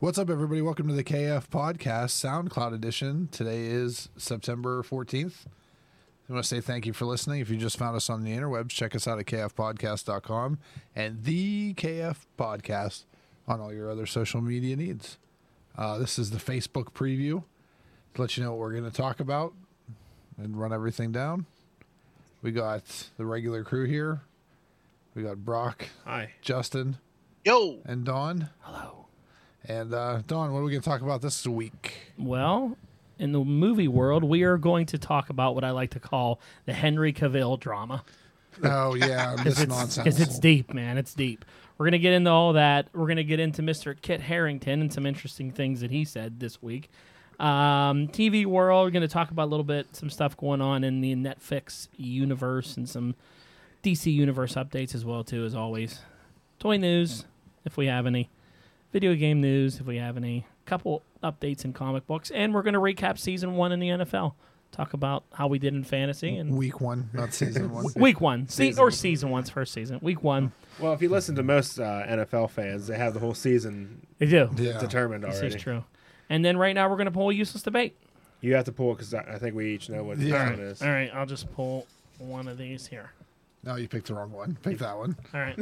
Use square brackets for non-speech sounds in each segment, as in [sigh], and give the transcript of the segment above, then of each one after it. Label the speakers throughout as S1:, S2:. S1: What's up, everybody? Welcome to the KF Podcast SoundCloud edition. Today is September 14th. I want to say thank you for listening. If you just found us on the interwebs, check us out at kfpodcast.com and the KF Podcast on all your other social media needs. Uh, this is the Facebook preview to let you know what we're going to talk about and run everything down. We got the regular crew here. We got Brock,
S2: Hi.
S1: Justin,
S3: Yo,
S1: and Dawn. Hello. And uh, Dawn, what are we going to talk about this week?
S2: Well, in the movie world, we are going to talk about what I like to call the Henry Cavill drama.
S1: Oh [laughs] yeah, this nonsense.
S2: Because it's deep, man. It's deep. We're going to get into all that. We're going to get into Mr. Kit Harrington and some interesting things that he said this week. Um, TV world, going to talk about a little bit, some stuff going on in the Netflix universe and some DC universe updates as well, too, as always. Toy news, if we have any. Video game news, if we have any. Couple updates in comic books. And we're going to recap season one in the NFL. Talk about how we did in fantasy and
S1: Week one, not season [laughs] one.
S2: Week one, se- or season one's first season. Week one,
S4: Well, if you listen to most uh, NFL fans, they have the whole season
S2: they do.
S1: yeah,
S4: determined
S2: This
S4: already.
S2: is true. And then right now we're gonna pull useless debate.
S4: You have to pull because I, I think we each know what the
S1: Yeah.
S4: one is.
S2: All right, I'll just pull one of these here.
S1: no, you picked the wrong one. Pick that one.
S2: All right.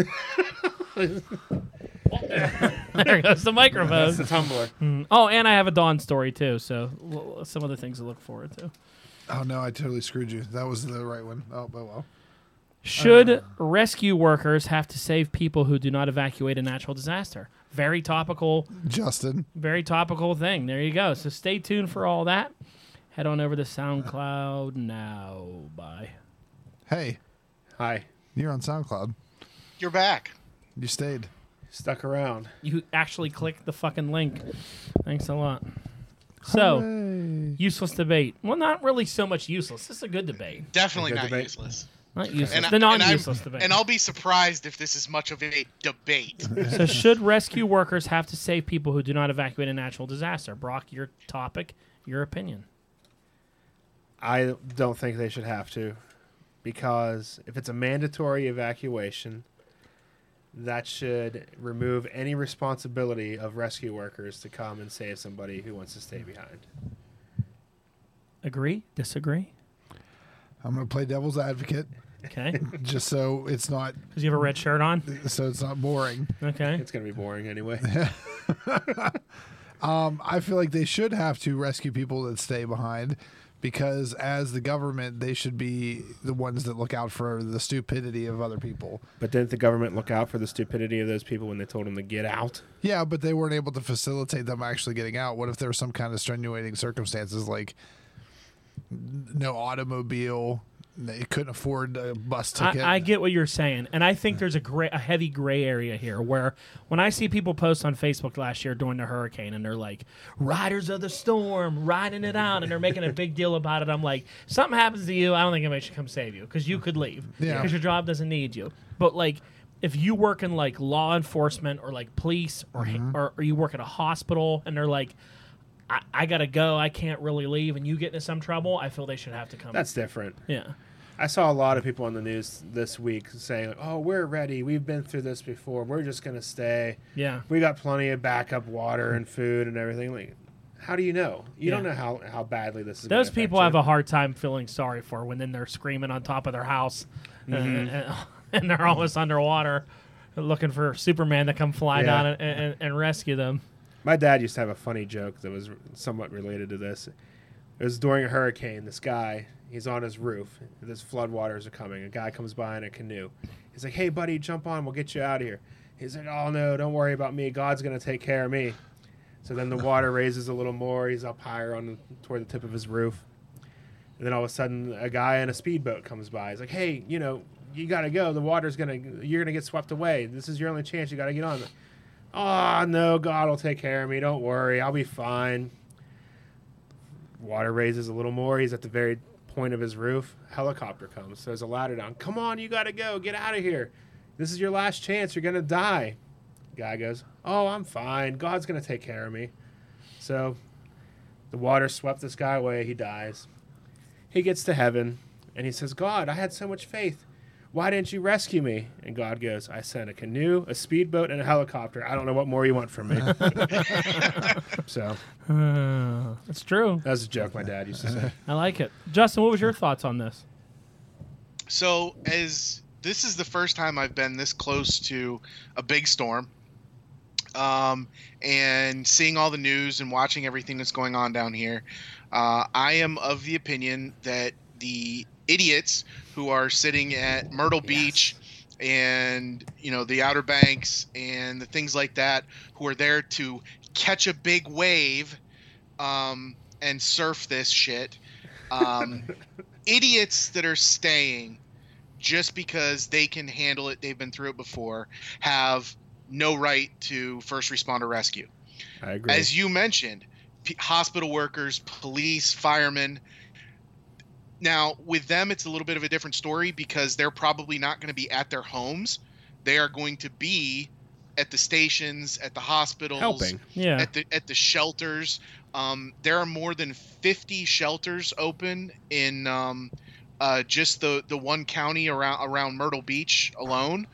S2: there goes the microphone.
S4: It's the tumbler.
S2: Mm. Oh, and I have a Dawn story too, so l- some other things to look forward to.
S1: Oh no, I totally screwed you. That was the right one. Oh, but well.
S2: Should rescue workers have to save people who do not evacuate a natural disaster? Very topical
S1: Justin,
S2: very topical thing. There you go. So stay tuned for all that. Head on over to SoundCloud now. Bye.
S1: hey,
S4: Hi.
S1: you're on SoundCloud.
S3: you're back.
S1: You stayed.
S4: Stuck around.
S2: You actually clicked the fucking link. Thanks a lot.
S1: Oh.
S2: So,
S1: Hey.
S2: useless debate. Well, not really so much useless. This is a good debate.
S3: Definitely
S4: Good
S3: not
S4: debate.
S3: useless.
S2: Not useless.
S3: And I-
S2: the non
S3: and I'm-
S2: useless debate.
S3: And I'll be surprised if this is much of a debate.
S2: so, should rescue workers have to save people who do not evacuate a natural disaster? Brock, your topic, your opinion.
S4: I don't think they should have to because if it's a mandatory evacuation, that should remove any responsibility of rescue workers to come and save somebody who wants to stay behind.
S2: Agree? Disagree?
S1: I'm gonna play devil's advocate
S2: Okay.
S1: just so it's not
S2: Because you have a red shirt on? [laughs]
S1: so it's not boring.
S2: Okay.
S4: It's going to be boring anyway.
S1: Um, I feel like they should have to rescue people that stay behind because as the government, they should be the ones that look out for the stupidity of other people.
S4: but didn't the government look out for the stupidity of those people when they told them to get out?
S1: Yeah, but they weren't able to facilitate them actually getting out. What if there was some kind of strenuating circumstances like n- no automobile, they couldn't afford a bus ticket?
S2: I, I get what you're saying, and I think there's a gray, a heavy gray area here. Where when I see people post on Facebook last year during the hurricane, and they're like, "Riders of the storm, riding it out," and they're making a big deal about it. I'm like, something happens to you, I don't think anybody should come save you because you could leave because
S1: Yeah.
S2: your job doesn't need you. But like. If you work in like law enforcement or like police or,
S1: Mm-hmm.
S2: or or you work at a hospital and they're like, I, I gotta go, I can't really leave, and you get into some trouble, I feel they should have to come.
S4: That's different.
S2: yeah.
S4: I saw a lot of people on the news this week saying, like, "Oh, we're ready. We've been through this before. We're just gonna stay.
S2: Yeah.
S4: We got plenty of backup water and food and everything." Like, how do you know? You don't
S2: Yeah.
S4: know how, how badly this is.
S2: Those people have a hard time feeling sorry for when then they're screaming on top of their house uh, and, [laughs] and they're almost underwater looking for Superman to come fly
S4: Yeah.
S2: down and, and, and rescue [sighs] them.
S4: My dad used to have a funny joke that was somewhat related to this. It was during a hurricane. This guy, he's on his roof. This floodwaters are coming. A guy comes by in a canoe. He's like, "Hey, buddy, jump on. We'll get you out of here." He's like, "Oh no, don't worry about me. God's gonna take care of me." So then the water raises a little more. He's up higher on the, toward the tip of his roof, and then all of a sudden, a guy in a speedboat comes by. He's like, "Hey, you know, you gotta go. The water's gonna. You're gonna get swept away. This is your only chance. You gotta get on." Oh, no, God will take care of me. Don't worry. I'll be fine. Water raises a little more. He's at the very point of his roof. Helicopter comes. So There's a ladder down. Come on, you got to go. Get out of here. This is your last chance. You're going to die. Guy goes, Oh, I'm fine. God's going to take care of me. So the water swept this guy away. He dies. He gets to heaven and he says, God, I had so much faith. Why didn't you rescue me? And God goes, I sent a canoe, a speedboat, and a helicopter. I don't know what more you want
S2: [laughs]
S4: from me. so
S2: Uh, it's true.
S4: that was a joke my dad used to say.
S2: I like it. Justin, what was your thoughts on this?
S3: So as this is the first time I've been this close to a big storm, um, and seeing all the news and watching everything that's going on down here, uh, I am of the opinion that the idiots who are sitting at Myrtle Beach and you know the Outer Banks and the things like that who are there to catch a big wave um, and surf this shit. Um, idiots that are staying just because they can handle it, they've been through it before, have no right to first responder rescue.
S4: I agree.
S3: As you mentioned, p- hospital workers, police, firemen. Now, with them, it's a little bit of a different story because they're probably not going to be at their homes. They are going to be at the stations, at the hospitals,
S4: Helping.
S2: Yeah.
S3: at the at the shelters. Um, there are more than 50 shelters open in um, uh, just the the one county around around Myrtle Beach alone.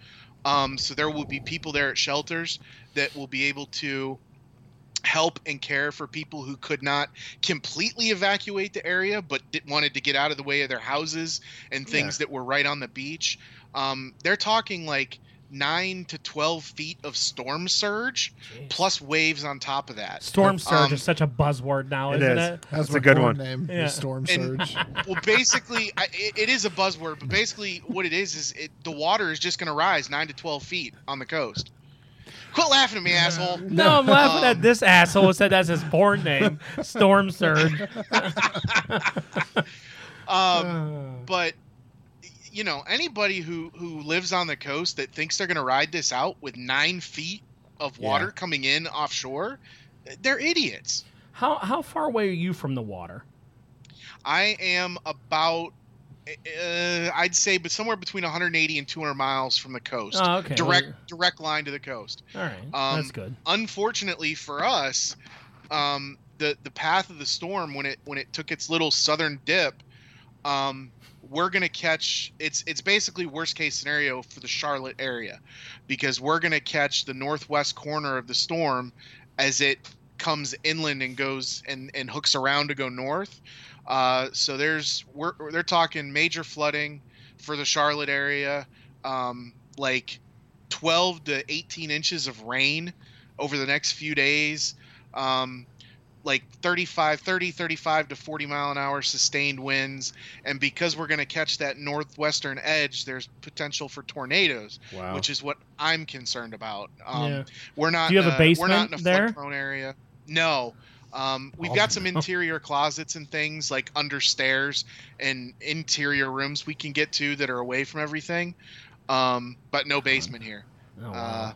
S3: Um, so there will be people there at shelters that will be able to help and care for people who could not completely evacuate the area but did, wanted to get out of the way of their houses and things that were right on the beach. Um, they're talking like nine to 12 feet of storm surge plus waves on top of that.
S2: Storm surge
S3: um,
S2: is such a buzzword now,
S4: It
S2: isn't
S4: is.
S2: it?
S4: That's
S1: my
S4: a good
S1: porn
S4: one.
S1: Name
S2: Yeah.
S1: is Storm
S3: And- [laughs]
S1: Surge.
S3: Well,
S2: [laughs]
S3: basically, I, it, it is a buzzword, but basically, what it is is it, the water is just going to rise nine to twelve feet on the coast. Quit laughing at me, asshole.
S2: No, I'm laughing at
S3: Um,
S2: this asshole who said that's his born [laughs] name, Storm Surge.
S3: Um, but you know, anybody who who lives on the coast that thinks they're going to ride this out with nine feet of water
S4: Yeah.
S3: coming in offshore, they're idiots.
S2: [sighs] How how far away are you from the water?
S3: I am about, uh, I'd say, but somewhere between 180 and 200 miles from the coast,
S2: Oh, okay.
S3: direct direct line to the coast.
S2: All right.
S3: um,
S2: that's good.
S3: unfortunately for us, um, the the path of the storm when it when it took its little southern dip, um, we're gonna catch it's it's basically worst case scenario for the Charlotte area, because we're gonna catch the northwest corner of the storm as it comes inland and goes and and hooks around to go north. Uh, so there's we're they're talking major flooding for the Charlotte area, um, like 12 to 18 inches of rain over the next few days um, like 35 30 35 to 40 mile an hour sustained winds and because we're going to catch that northwestern edge there's potential for tornadoes
S4: wow.
S3: which is what i'm concerned about um,
S2: yeah.
S3: we're not
S2: Do you have a
S3: in we're not
S2: basement
S3: in a
S2: there?
S3: flood prone area no um, we've got some interior closets and things like under stairs and interior rooms we can get to that are away from everything um, but no basement here
S2: Oh,
S3: uh,
S2: wow.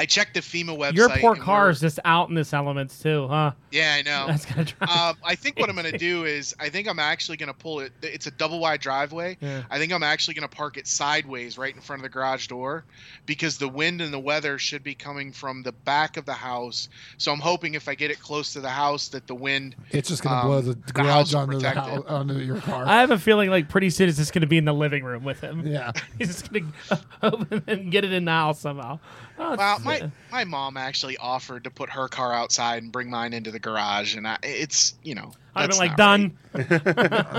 S3: I checked the FEMA website.
S2: Your poor
S3: and
S2: car
S3: we're-
S2: is just out in this elements too, huh?
S3: Yeah, I
S2: [laughs]
S3: know.
S2: That's gonna drive.
S3: um, I think what I'm gonna do is I think I'm actually gonna pull it. It's a double wide driveway.
S2: yeah.
S3: I think I'm actually gonna park it sideways right in front of the garage door, because the wind and the weather should be coming from the back of the house. So I'm hoping if I get it close to the house that the wind.
S1: It's just gonna
S3: Um,
S1: blow the garage
S3: house
S1: onto the
S3: protected.
S1: hou- onto your car.
S2: I have a feeling like pretty soon it's just gonna be in the living room with him.
S1: yeah,
S2: [laughs] He's just gonna open and get it in the house somehow. Oh, it's-
S3: Well, my my mom actually offered to put her car outside and bring mine into the garage, and I it's you know.
S2: I've been
S3: that's
S2: like
S3: not right.
S2: done.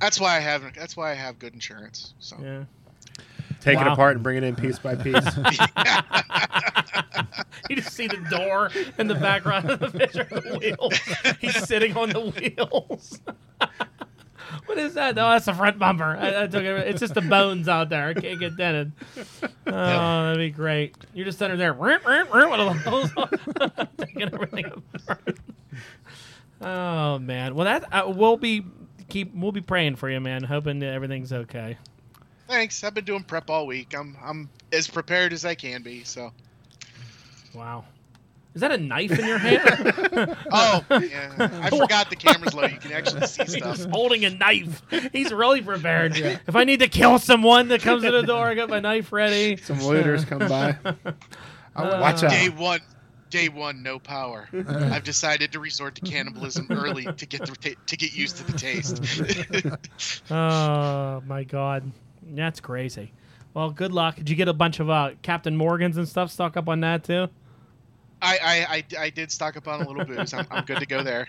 S3: That's why I have that's why I have good insurance. So.
S2: Yeah.
S4: Take it
S2: Wow.
S4: apart and bring it in piece
S2: [laughs]
S4: by piece.
S2: You just see the door in the background of the picture of the wheels. He's sitting on the wheels. [laughs] what is that? No, that's the front bumper. I, I took it. It's just the bones out there. I can't get dented. Oh, that'd be great. You're just under there, room, room, room, with all the holes on, [laughs] taking everything apart. Oh man. Well, that uh, we'll be keep we'll be praying for you, man. Hoping that everything's okay.
S3: Thanks. I've been doing prep all week. I'm I'm as prepared as I can be. So.
S2: Wow. Is that a knife in your hand?
S3: Oh, [laughs] yeah. I forgot the camera's low. You can actually see stuff.
S2: He's holding a knife. He's
S1: [laughs]
S2: really prepared. If I need to kill someone that comes to the door, I got my
S1: [laughs]
S2: knife ready.
S4: Some looters come by. Watch out.
S3: Day one. Day one, no power. I've decided to resort to cannibalism early to get the, ta- to get used to the taste.
S2: Oh my god. That's crazy. Well, good luck. Did you get a bunch of uh, Captain Morgans and stuff stock up on that too?
S3: [laughs] I, I, I, I did stock up on a little booze. I'm, I'm good to go there.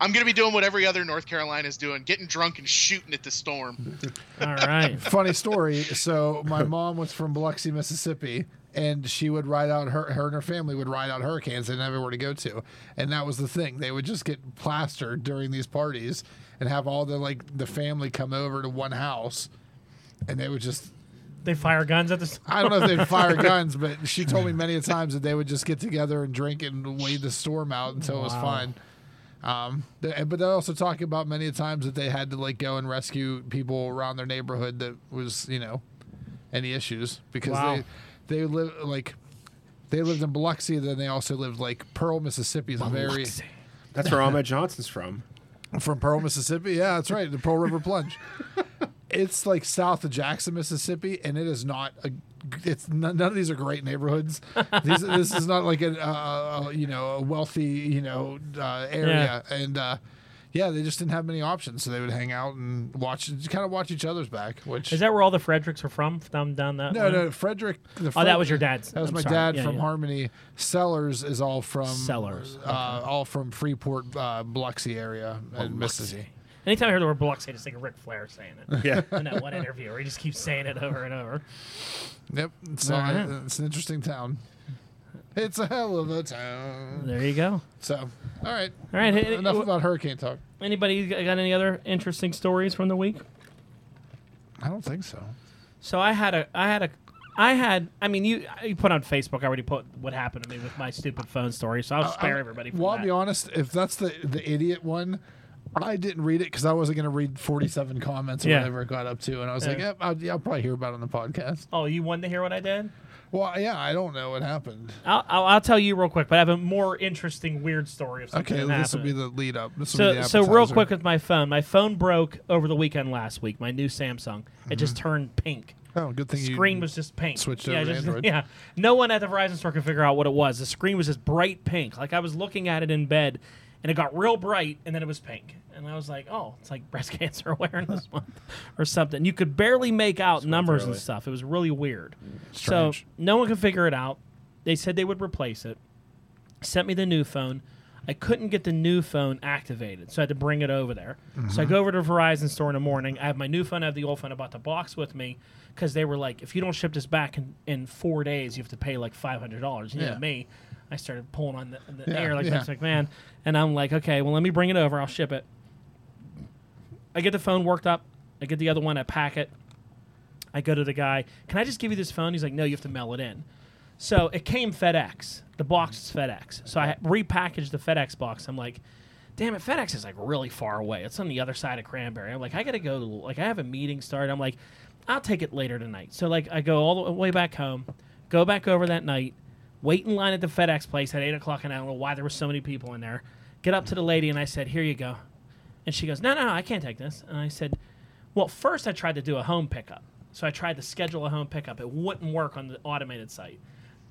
S3: I'm going to be doing what every other North Carolina is doing getting drunk and shooting at the storm.
S1: [laughs]
S2: All right.
S1: Funny story. So my mom was from Biloxi, Mississippi, and she would ride out her her and her family would ride out hurricanes. They didn't have anywhere to go to, and that was the thing. They would just get plastered during these parties and have all the like the family come over to one house, and they would just
S2: They fire guns at the. s-
S1: I don't know if they'd fire
S2: [laughs]
S1: guns, but she told me many a times that they would just get together and drink and wait the storm out until it was
S2: Wow.
S1: fine. Um, th- but they're also talking about many a times that they had to like go and rescue people around their neighborhood that was you know any issues because
S2: Wow.
S1: they they live like they lived in Biloxi, then they also lived like Pearl, Mississippi is a very
S4: That's where Ahmed Johnson's from.
S1: from Pearl, Mississippi. Yeah, that's right, the Pearl River Plunge. It's like south of Jackson, Mississippi, and it is not a. It's none, none of these are great neighborhoods. These, this is not like a uh, you know a wealthy you know uh, area, and uh, yeah, they just didn't have many options, so they would hang out and watch, kind of watch each other's back. Which
S2: Is that where all the Fredericks are from? Down down that.
S1: no,
S2: way?
S1: no, Frederick. The
S2: Oh, that was your dad's.
S1: That was
S2: I'm
S1: my
S2: sorry.
S1: dad
S2: Yeah,
S1: from
S2: yeah.
S1: Harmony. Sellers is all from
S2: Sellers,
S1: uh, all from Freeport, uh, Biloxi area, and Mississippi.
S2: Anytime I hear the word Biloxi, I just think of Ric Flair saying
S1: [laughs]
S2: it
S4: Yeah.
S2: in that one interview where he just keeps saying it over and over.
S1: Yep. So
S2: All right.
S1: uh, it's an interesting town. It's a hell of a town.
S2: There you go.
S1: So, all right.
S2: All right. hey,
S1: Enough
S2: wh-
S1: about hurricane talk.
S2: Anybody got got any other interesting stories from the week?
S1: I don't think so.
S2: So I had a, I had a, I had. I mean, you, you put on Facebook. I already put what happened to me with my stupid phone story. So I'll spare
S1: I-
S2: everybody. From
S1: Uh, um, Well, I'll
S2: that.
S1: be honest. If that's the the idiot one, I didn't read it because I wasn't going to read forty seven comments or
S2: Yeah.
S1: whatever it got up to, and I was like,
S2: Yeah.
S1: yep, I'll, yeah, I'll probably hear about it on the podcast.
S2: Oh, you wanted to hear what I did?
S1: Well, yeah, I don't know what happened.
S2: I'll, I'll, I'll tell you real quick. But I have a more interesting, weird story of something.
S1: Okay,
S2: that
S1: this will be
S2: happened.
S1: the lead up. This will be
S2: so
S1: the
S2: so real
S1: appetizer.
S2: quick with my phone. My phone broke over the weekend last week. My new Samsung. It
S1: Mm-hmm.
S2: just turned pink.
S1: Oh, good thing
S2: screen
S1: you
S2: was just pink.
S1: switched
S2: yeah,
S1: over to
S2: just- [laughs]
S1: Android.
S2: Yeah, no one at the Verizon store could figure out what it was. The screen was just bright pink. Like I was looking at it in bed, and it got real bright, and then it was pink. And I was like, "Oh, it's like [laughs] breast
S1: [laughs]
S2: cancer awareness month or something." You could barely make out numbers and
S4: early.
S2: stuff. It was really weird.
S1: Strange.
S2: So no one could figure it out. They said they would replace it. Sent me the new phone. I couldn't get the new phone activated, so I had to bring it over there. So I
S1: Mm-hmm.
S2: go over to Verizon store in the morning. I have my new phone, I have the old phone. I bought the box with me because they were like, if you don't ship this back in, in four days, you have to pay like five hundred dollars. You
S1: Yeah.
S2: know me. I started pulling on the, the
S1: Yeah,
S2: air like
S1: yeah.
S2: Vince McMahon, and I'm like, okay, well let me bring it over. I'll ship it. I get the phone worked up. I get the other one. I pack it. I go to the guy. Can I just give you this phone? He's like, no, you have to mail it in. So it came FedEx. The box is FedEx. So I repackaged the FedEx box. I'm like, damn it, FedEx is like really far away. It's on the other side of Cranberry. I'm like, I gotta go. Like I have a meeting started. I'm like, I'll take it later tonight. So like I go all the way back home, go back over that night, wait in line at the FedEx place at eight o'clock, and I don't know why there were so many people in there. Get up to the lady and I said, here you go. And she goes, no, no, no, I can't take this. And I said, well, first I tried to do a home pickup. So I tried to schedule a home pickup. It wouldn't work on the automated site.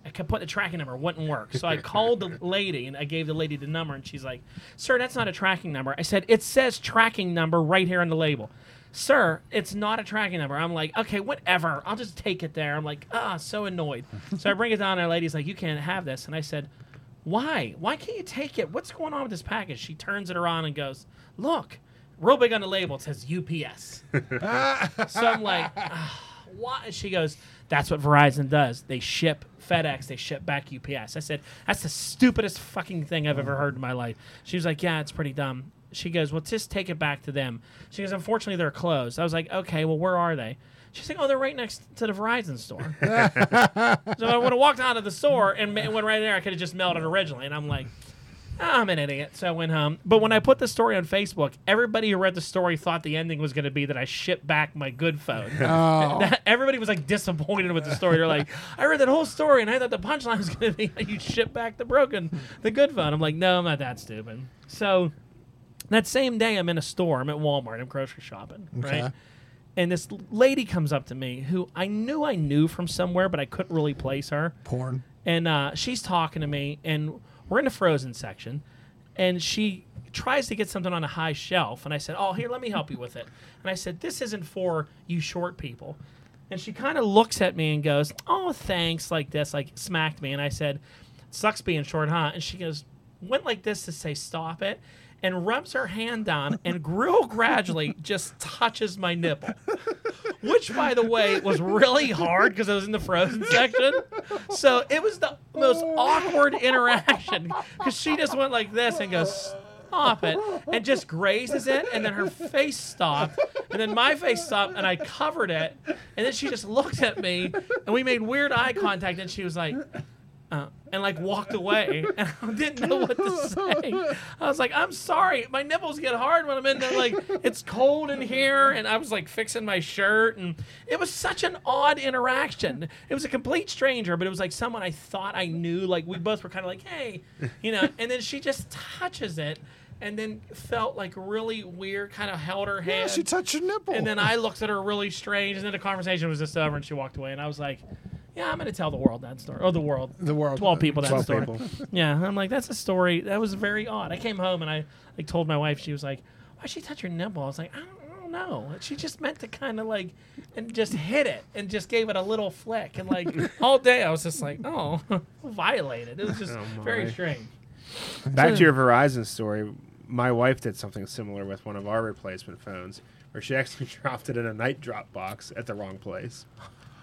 S2: I kept putting the tracking number, it wouldn't work. So I called the lady and I gave the lady the number, and she's like, Sir, that's not a tracking number. I said, It says tracking number right here on the label. Sir, it's not a tracking number. I'm like, Okay, whatever. I'll just take it there. I'm like, Ah, so annoyed. so I bring it down, and the lady's like, You can't have this. And I said, why? Why can't you take it? What's going on with this package? She turns it around and goes, Look, real big on the label, it says UPS. so I'm like, "Ah, Why? And She goes, That's what Verizon does. They ship FedEx, they ship back UPS. I said, That's the stupidest fucking thing I've ever heard in my life. She was like, Yeah, it's pretty dumb. She goes, Well, just take it back to them. She goes, Unfortunately, they're closed. I was like, Okay, well, where are they? She's like, Oh, they're right next to the Verizon store. So I would have walked out of the store and ma- went right in there. I could have just mailed it originally. And I'm like, "Ah, I'm an idiot. So I went home. But when I put the story on Facebook, everybody who read the story thought the ending was going to be that I shipped back my good phone. [laughs]
S1: Oh.
S2: That- everybody was like disappointed with the story. They're like, I read that whole story and I thought the punchline was going to be [laughs] you ship back the broken, the good phone. I'm like, no, I'm not that stupid. So that same day, I'm in a store. I'm at Walmart. I'm grocery shopping.
S1: Okay.
S2: Right and this l- lady comes up to me who I knew I knew from somewhere, but I couldn't really place her.
S1: porn.
S2: And uh, she's talking to me, and we're in the frozen section, and she tries to get something on a high shelf, and I said, "Oh, here, let me help you with it." And I said, "This isn't for you short people." And she kind of looks at me and goes, "Oh, thanks," like this, like smacked me, and I said, "Sucks being short, huh?" And she goes, went like this to say, "Stop it." And rubs her hand down, and [laughs] real gradually just touches my nipple which by the way was really hard because I was in the frozen section. So it was the most awkward interaction because she just went like this and goes, "Stop it!" and just grazes it, and then her face stopped, and then my face stopped, and I covered it, and then she just looked at me, and we made weird eye contact, and she was like. Uh, and like walked away, and I didn't know what to say. I was like, "I'm sorry, my nipples get hard when I'm in there. Like, it's cold in here." And I was like fixing my shirt, and it was such an odd interaction. It was a complete stranger, but it was like someone I thought I knew. Like we both were kind of like, "Hey," you know. And then she just touches it, and then felt like really weird. Kind of held her hand.
S1: Yeah, she touched your nipple.
S2: And then I looked at her really strange, and then the conversation was just over, and she walked away. And I was like, "Yeah, I'm gonna tell the world that story. Oh, the world,
S1: the world.
S2: twelve people that
S4: 12
S2: story."
S4: people.
S2: Yeah, I'm like, "That's a story that was very odd." I came home and I like told my wife. She was like, "Why she touch your nipple?" I was like, "I don't, I don't know." She just meant to kind of like, and just hit it, and just gave it a little flick, and
S4: [laughs]
S2: like all day I was just like, "Oh, [laughs] violated." It was just
S4: Oh,
S2: very
S4: my.
S2: strange.
S4: Back to your Verizon story, my wife did something similar with one of our replacement phones, where she actually [laughs] dropped it in a night drop box at the wrong place.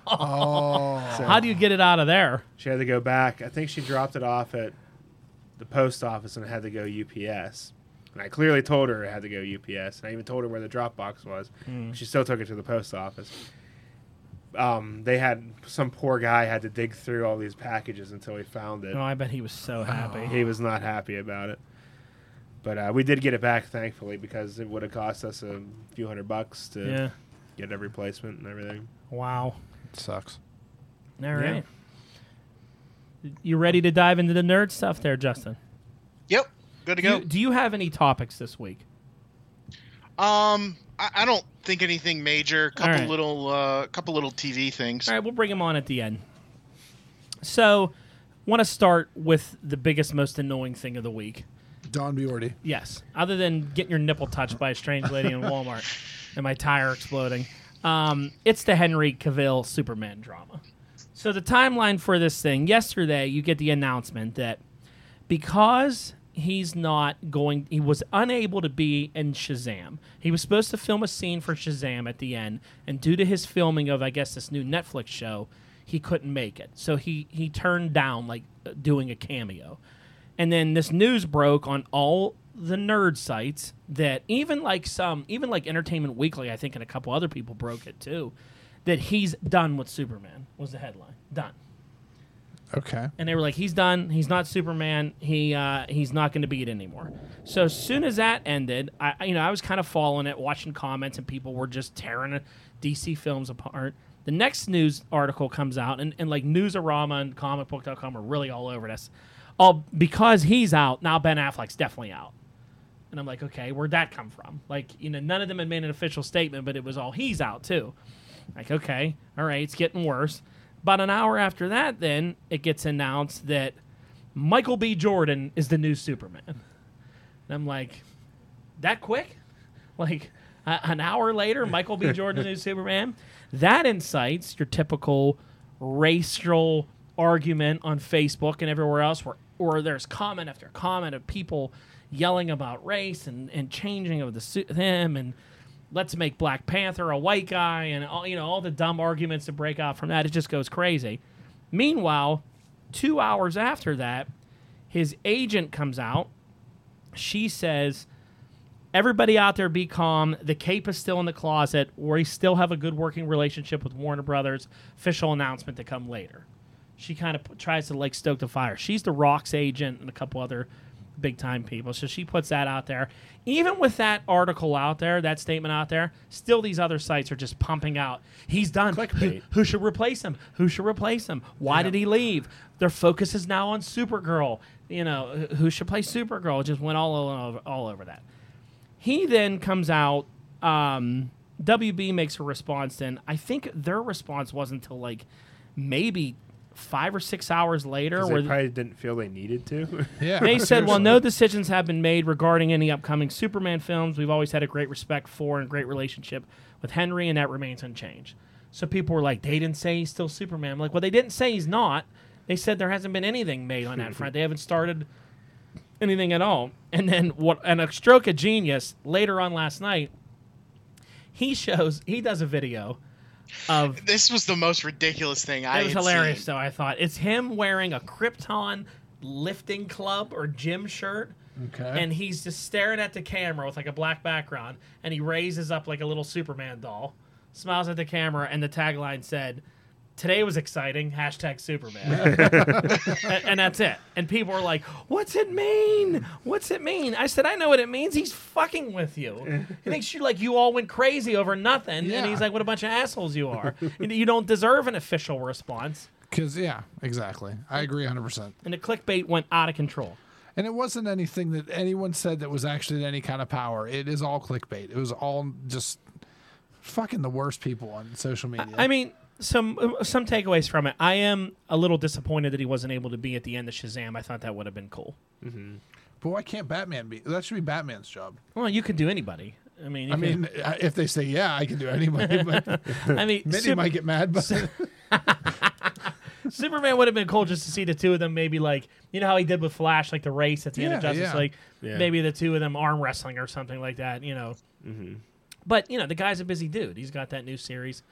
S1: Oh,
S4: So
S2: How do you get it out of there?
S4: she had to go back. I think she dropped it off at the post office and had to go UPS. And I clearly told her it had to go UPS, and I even told her where the drop box was.
S2: Hmm.
S4: She still took it to the post office. Um, they had some poor guy had to dig through all these packages until he found it.
S2: Oh, I bet he was so happy.
S4: He was not happy about it. But uh, we did get it back, thankfully, because it would have cost us a few hundred bucks to
S2: Yeah.
S4: get a replacement and everything.
S2: Wow.
S1: sucks.
S2: All right. You ready to dive into the nerd stuff there, Justin?
S3: Yep, good to
S2: Do
S3: go.
S2: you, do you have any topics this week?
S3: Um, I, I don't think anything major. Couple
S2: right.
S3: little, uh, couple little TV things.
S2: All right, we'll bring him on at the end. So, want to start with the biggest, most annoying thing of the week.
S1: Don Biordi.
S2: Yes, other than getting your nipple touched by a strange lady in Walmart and my tire exploding, um, it's the Henry Cavill Superman drama. So the timeline for this thing yesterday, you get the announcement that because he's not going, he was unable to be in Shazam. He was supposed to film a scene for Shazam at the end, and due to his filming of, I guess, this new Netflix show, he couldn't make it. So he he turned down like uh, doing a cameo. And then this news broke on all the nerd sites that even like some, even like Entertainment Weekly, I think, and a couple other people broke it too, that he's done with Superman was the headline. Done.
S1: Okay.
S2: And they were like, he's done. He's not Superman. He uh, he's not going to be it anymore. So as soon as that ended, I I- you know I was kind of following it, watching comments, and people were just tearing DC films apart. The next news article comes out, and, and like Newsarama and ComicBook.com are really all over this. All because he's out now. Ben Affleck's definitely out. And I'm like, okay, where'd that come from? Like, you know, none of them had made an official statement, but it was all he's out too. Like, okay, all right, it's getting worse. About an hour after that, then it gets announced that Michael B. Jordan is the new Superman. And I'm like, that quick? [laughs] Like, uh, an hour later, Michael B. Jordan is the new Superman? That incites your typical racial argument on Facebook and everywhere else where, where there's comment after comment of people yelling about race and, and changing of the su- them and let's make Black Panther a white guy and all you know all the dumb arguments that break out from that. It just goes crazy. Meanwhile, two hours after that, his agent comes out. She says, "Everybody out there, be calm. The cape is still in the closet. We still have a good working relationship with Warner Brothers. Official announcement to come later." She kind of p- tries to like stoke the fire. She's the Rock's agent and a couple other big time people. So she puts that out there. Even with that article out there, that statement out there, still these other sites are just pumping out. He's done. Who,
S4: Clickbait.
S2: who should replace him? Who should replace him? Why did he leave? Their focus is now on Supergirl. You know, who- who should play Supergirl? It just went all over, all over that. He then comes out. Um, WB makes a response. Then I think their response wasn't until like maybe five or six hours later
S4: 'Cause
S2: where
S4: they probably didn't feel they needed to. [laughs]
S1: Yeah.
S3: [laughs]
S2: they said, "Well,
S1: seriously.
S2: no decisions have been made regarding any upcoming Superman films. We've always had a great respect for and great relationship with Henry, and that remains unchanged." So people were like, "They didn't say he's still Superman." I'm like, well, they didn't say he's not. They said there hasn't been anything made on
S3: [laughs]
S2: that front. They haven't started anything at all. And then what? And a stroke of genius later on last night, he shows he does a video of
S3: This was the most ridiculous thing I
S2: it was
S3: had
S2: hilarious,
S3: seen.
S2: though. I thought it's him wearing a Krypton lifting club or gym shirt,
S1: Okay.
S2: and he's just staring at the camera with like a black background, and he raises up like a little Superman doll, smiles at the camera, and the tagline said, "Today was exciting." Hashtag Superman, and, and that's it. And people were like, "What's it mean? What's it mean?" I said, "I know what it means. He's fucking with you. He thinks you like you all went crazy over nothing,
S1: Yeah.
S2: and he's like, what a bunch of assholes you are. You- you don't deserve an official response."
S1: Because yeah, exactly. I agree 100. percent
S2: and the clickbait went out of control.
S1: And it wasn't anything that anyone said that was actually any kind of power. It is all clickbait. It was all just fucking the worst people on social media.
S2: I mean, some uh, some takeaways from it. I am a little disappointed that he wasn't able to be at the end of Shazam. I thought that would have been cool.
S1: but why can't Batman be? That should be Batman's job.
S2: Well, you could do anybody. I mean, you
S1: I
S2: could-
S1: mean, I- if they say yeah, I can do
S2: [laughs]
S1: anybody. But [laughs]
S2: I mean,
S1: Minnie
S2: Sup-
S1: might get mad. But
S2: [laughs] Superman would have been cool just to see the two of them. Maybe like you know how he did with Flash, like the race at the end of
S1: Yeah,
S2: Justice
S1: yeah.
S2: League.
S4: Yeah.
S2: Maybe the two of them arm wrestling or something like that. You know. Mm-hmm. But you know, the guy's a busy dude. He's got that new series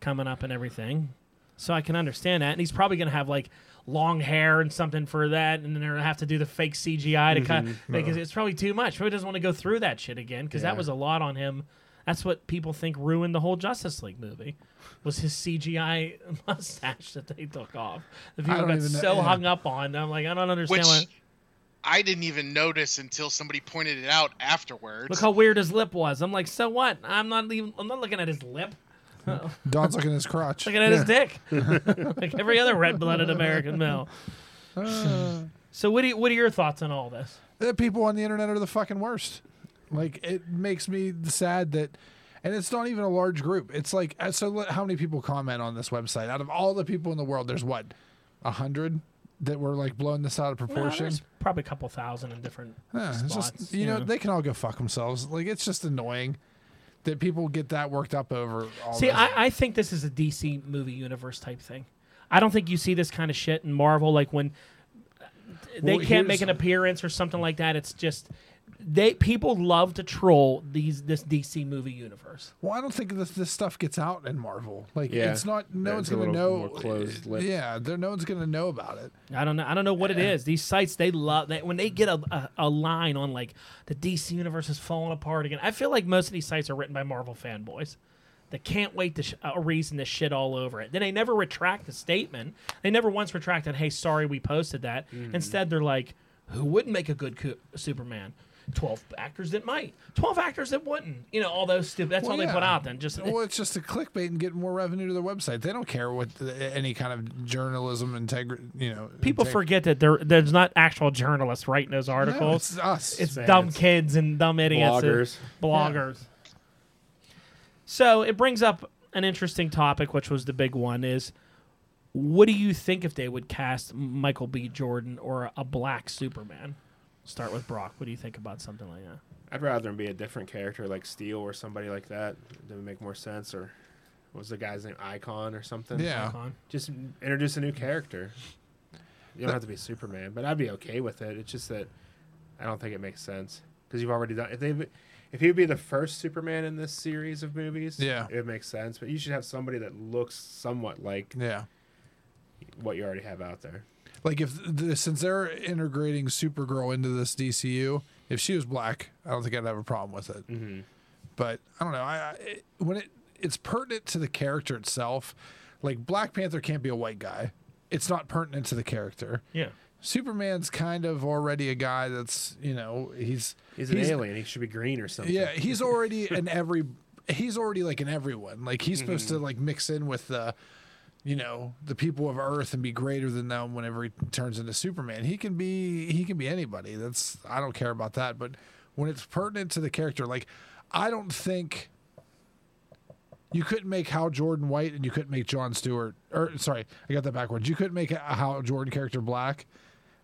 S2: coming up and everything, so I can understand that. And he's probably gonna have like long hair and something for that, and then they're gonna have to do the fake CGI to cut
S1: Mm-hmm. Uh-huh.
S2: because it's probably too much. Probably doesn't want to go through that shit again because that
S4: Yeah.
S2: was a lot on him. That's what people think ruined the whole Justice League movie was his CGI [laughs] mustache that they took off. The people
S1: don't
S2: got
S1: even know-
S2: so
S1: yeah.
S2: hung up on. I'm like, I don't understand.
S3: Which
S2: why.
S3: I didn't even notice until somebody pointed it out afterwards.
S2: Look how weird his lip was. I'm like, so what? I'm not even. I'm not looking at his lip.
S1: [laughs] Don's looking at his crotch.
S2: looking at his dick, [laughs] like every other red-blooded
S1: [sighs]
S2: American male.
S1: Uh,
S2: So, what do you, what are your thoughts on all this?
S1: the people on the internet are the fucking worst. Like it makes me sad that, and it's not even a large group. It's like uh, so. let- How many people comment on this website? Out of all the people in the world, there's what, a hundred that were like blowing this out of
S2: Well,
S1: proportion.
S2: there's probably a couple thousand in different
S1: Yeah, it's
S2: spots.
S1: just you know they can all go fuck themselves. Like it's just annoying that people get that worked up over. All
S2: See,
S1: this.
S2: I, I think this is a DC movie universe type thing. I don't think you see this kind of shit in Marvel. Like when uh, they
S1: Well,
S2: can't make
S1: here's-
S2: an appearance or something like that. It's just they people love to troll these this DC movie universe.
S1: Well, I don't think this this stuff gets out in Marvel. Like
S4: Yeah.
S1: it's not no
S4: Yeah,
S1: one's
S4: it's a
S1: gonna
S4: little
S1: know.
S4: more closed lip.
S1: Yeah, there no one's gonna know about it.
S2: I don't know. I don't know what it is. These sites they love that when they get a, a, a line on like the DC universe is falling apart again. I feel like most of these sites are written by Marvel fanboys that can't wait to sh- uh, a reason to shit all over it. Then they never retract the statement. They never once retracted, "Hey, sorry, we posted that."
S1: Mm-hmm.
S2: Instead, they're like, "Who wouldn't make a good co- Superman?" Twelve actors that might, twelve actors that wouldn't. You know, all those stupid. That's all
S1: Well,
S2: they put
S1: yeah.
S2: out. Then
S1: [laughs]
S2: just
S1: Well, it's just a clickbait and get more revenue to their website. They don't care what the, any kind of journalism integrity. You know,
S2: people
S1: integ-
S2: forget that there there's not actual journalists writing those
S1: No,
S2: articles.
S1: it's us.
S2: It's
S4: Fans.
S2: dumb kids and dumb idiots. and
S4: Bloggers.
S2: Bloggers. So it brings up an interesting topic, which was the big one, is what do you think if they would cast Michael B. Jordan or a black Superman? Start with Brock. What do you think about something like that?
S4: I'd rather him be a different character like Steel or somebody like that. That would make more sense. Or what was the guy's name Icon or something?
S1: yeah.
S2: Con?
S4: Just introduce a new character. You don't have to be Superman, but I'd be okay with it. It's just that I don't think it makes sense because you've already done if they if he would be the first Superman in this series of movies.
S1: Yeah.
S4: it would make sense. But you should have somebody that looks somewhat like
S1: Yeah.
S4: what you already have out there.
S1: Like if the, since they're integrating Supergirl into this DCU, if she was black, I don't think I'd have a problem with it.
S4: Mm-hmm.
S1: But I don't know. I, I it- when it it's pertinent to the character itself. Like Black Panther can't be a white guy. It's not pertinent to the character.
S2: Yeah.
S1: Superman's kind of already a guy that's you know he's
S4: He's an alien. He should be green or something. [laughs]
S1: yeah he's already an every he's already like an everyone like he's supposed to like mix in with the you know the people of Earth and be greater than them whenever he turns into Superman he can be he can be anybody that's I don't care about that but when it's pertinent to the character like I don't think You couldn't make Hal Jordan white, and you couldn't make John Stewart. Or sorry, I got that backwards. You couldn't make a Hal Jordan character black.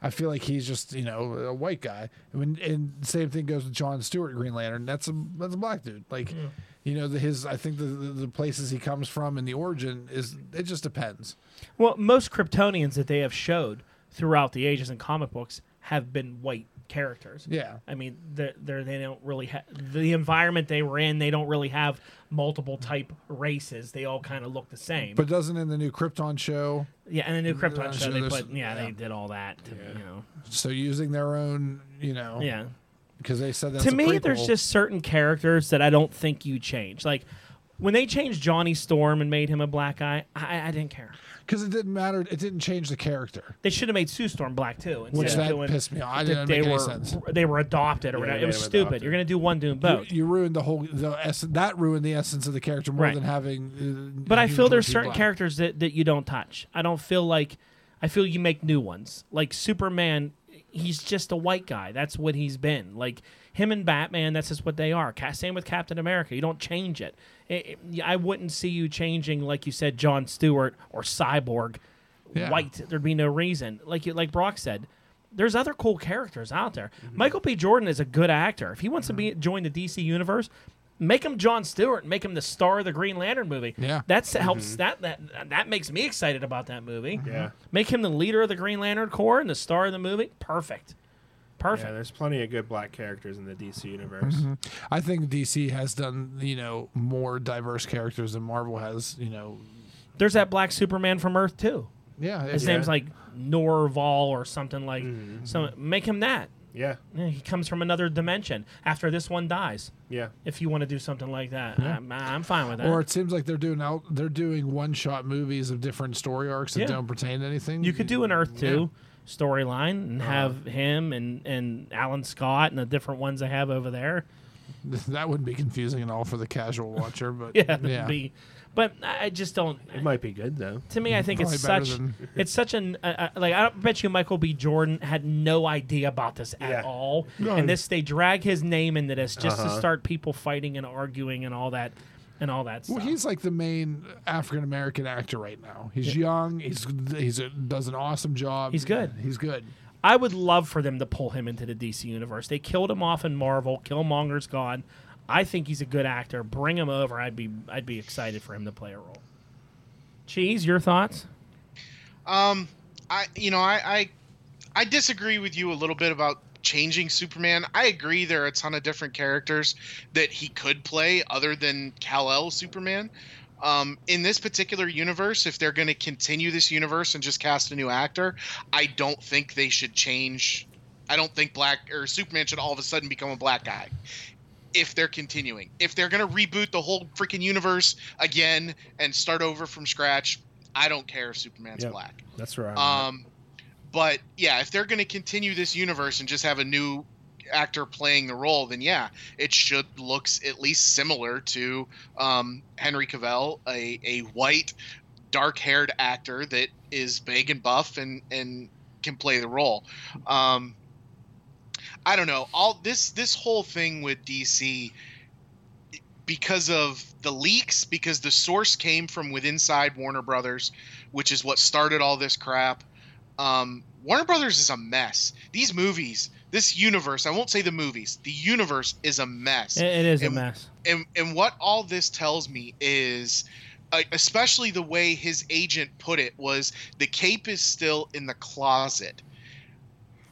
S1: I feel like he's just you know a white guy. I mean, and same thing goes with John Stewart, Green Lantern. That's a that's a black dude. Like, you know, the, his I think the, the the places he comes from and the origin is it just depends.
S2: Well, most Kryptonians that they have showed throughout the ages in comic books have been white characters.
S1: Yeah.
S2: I mean, they're, they're, they don't really have the environment they were in. They don't really have multiple type races. They all kind of look the same.
S1: But doesn't in the new Krypton show,
S2: yeah, and the new Krypton
S1: Uh,
S2: show,
S1: so
S2: they
S1: there's-
S2: put yeah,
S1: yeah.
S2: they did all that. To, You know,
S1: so using their own, you know,
S2: yeah.
S1: because they said that's
S5: To
S1: a
S5: me,
S1: prequel.
S2: There's just certain characters that I don't think you change. Like when they changed Johnny Storm and made him a black guy, I, I didn't care.
S1: because it didn't matter. It didn't change the character,
S2: They should have made Sue Storm black too. Instead
S1: which
S2: of
S1: that
S2: doing
S1: pissed me off. I
S2: that
S1: didn't
S2: they
S1: make any
S2: were
S1: sense.
S2: they were adopted or
S4: Yeah,
S2: whatever.
S4: they
S2: It was
S4: were
S2: stupid.
S4: adopted.
S2: You're gonna do one, do
S1: You,
S2: both.
S1: you ruined the whole the ess- that ruined the essence of the character more
S2: Right.
S1: than having. Uh,
S2: But I
S1: him
S2: feel
S1: George
S2: there's
S1: be
S2: certain
S1: black.
S2: characters that, that you don't touch. I don't feel like I feel you make new ones. Like Superman, he's just a white guy. That's what he's been. Like him and Batman, that's just what they are. Ca- Same with Captain America. You don't change it. It- it- I wouldn't see you changing, like you said, John Stewart or Cyborg.
S1: Yeah.
S2: White, there'd be no reason. Like you, like Brock said, there's other cool characters out there. Michael B. Jordan is a good actor. If he wants to be join the DC universe, make him John Stewart and make him the star of the Green Lantern movie.
S1: Yeah.
S2: That's helps that that that makes me excited about that movie.
S4: Yeah.
S2: Make him the leader of the Green Lantern Corps and the star of the movie. Perfect.
S4: Yeah,
S2: Perfect.
S4: there's plenty of good black characters in the DC universe.
S1: Mm-hmm. I think DC has done you know more diverse characters than Marvel has. You know,
S2: There's that black Superman from Earth too.
S1: yeah,
S2: His
S1: yeah.
S2: name's like Norval or something like so make him that.
S4: Yeah,
S2: Yeah, He comes from another dimension after this one dies.
S4: yeah.
S2: If you want to do something like that, I'm, I'm fine with that.
S1: Or it seems like they're doing out they're doing one shot movies of different story arcs that
S2: Yeah.
S1: don't pertain to anything.
S2: You could do an Earth Two storyline and
S1: Uh-huh.
S2: have him and and Alan Scott and the different ones they have over there.
S1: [laughs]
S2: [laughs]
S1: that wouldn't be confusing at all for the casual watcher, but
S2: [laughs] Yeah, that'd be. But I I just don't.
S4: It might be good though.
S2: To me, I think it's
S1: Probably better
S2: such.
S1: than-
S2: [laughs] It's such an uh, uh, like. I don't- bet you Michael B. Jordan had no idea about this at
S4: Yeah.
S2: all. And this, they drag his name into this just to
S4: Uh-huh.
S2: start people fighting and arguing and all that, and all that stuff.
S1: Well, he's like the main African American actor right now. He's young. He's he's a, does an awesome job.
S2: He's good.
S1: He's good.
S2: I would love for them to pull him into the DC universe. They killed him off in Marvel. Killmonger's gone. I think he's a good actor. Bring him over. I'd be I'd be excited for him to play a role. Cheese, your thoughts?
S3: Um, I you know I, I I disagree with you a little bit about changing Superman. I agree there are a ton of different characters that he could play other than Kal El Superman. Um, in this particular universe, if they're going to continue this universe and just cast a new actor, I don't think they should change. I don't think Black or Superman should all of a sudden become a black guy. If they're continuing, if they're going to reboot the whole freaking universe again and start over from scratch, I don't care if Superman's
S4: Yep.
S3: black.
S4: That's right.
S3: Um, but yeah, if they're going to continue this universe and just have a new actor playing the role, then yeah, it should looks at least similar to um, Henry Cavill, a, a white, dark-haired actor that is big and buff and and can play the role. Um, I don't know. All this this whole thing with DC because of the leaks, because the source came from within inside Warner Brothers, which is what started all this crap. Um, Warner Brothers is a mess. These movies, this universe, I won't say the movies, the universe is a mess
S5: It- it is a
S3: And-
S5: mess.
S3: and and what all this tells me is uh, especially the way his agent put it was the cape is still in the closet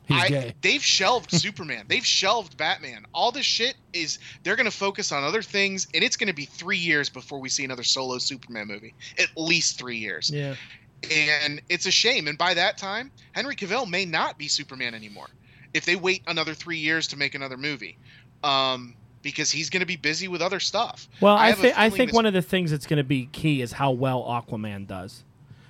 S1: He's
S3: I-
S1: gay.
S3: They've shelved Superman. They've shelved Batman. All this shit is they're going to focus on other things, and it's going to be three years before we see another solo Superman movie. At least three years,
S5: Yeah.
S3: and it's a shame. And by that time, Henry Cavill may not be Superman anymore if they wait another three years to make another movie, um, because he's going to be busy with other stuff.
S5: Well,
S3: I
S5: I,
S3: have a
S5: thi- I
S3: feeling
S5: think
S3: this-
S5: one of the things that's going to be key is how well Aquaman does.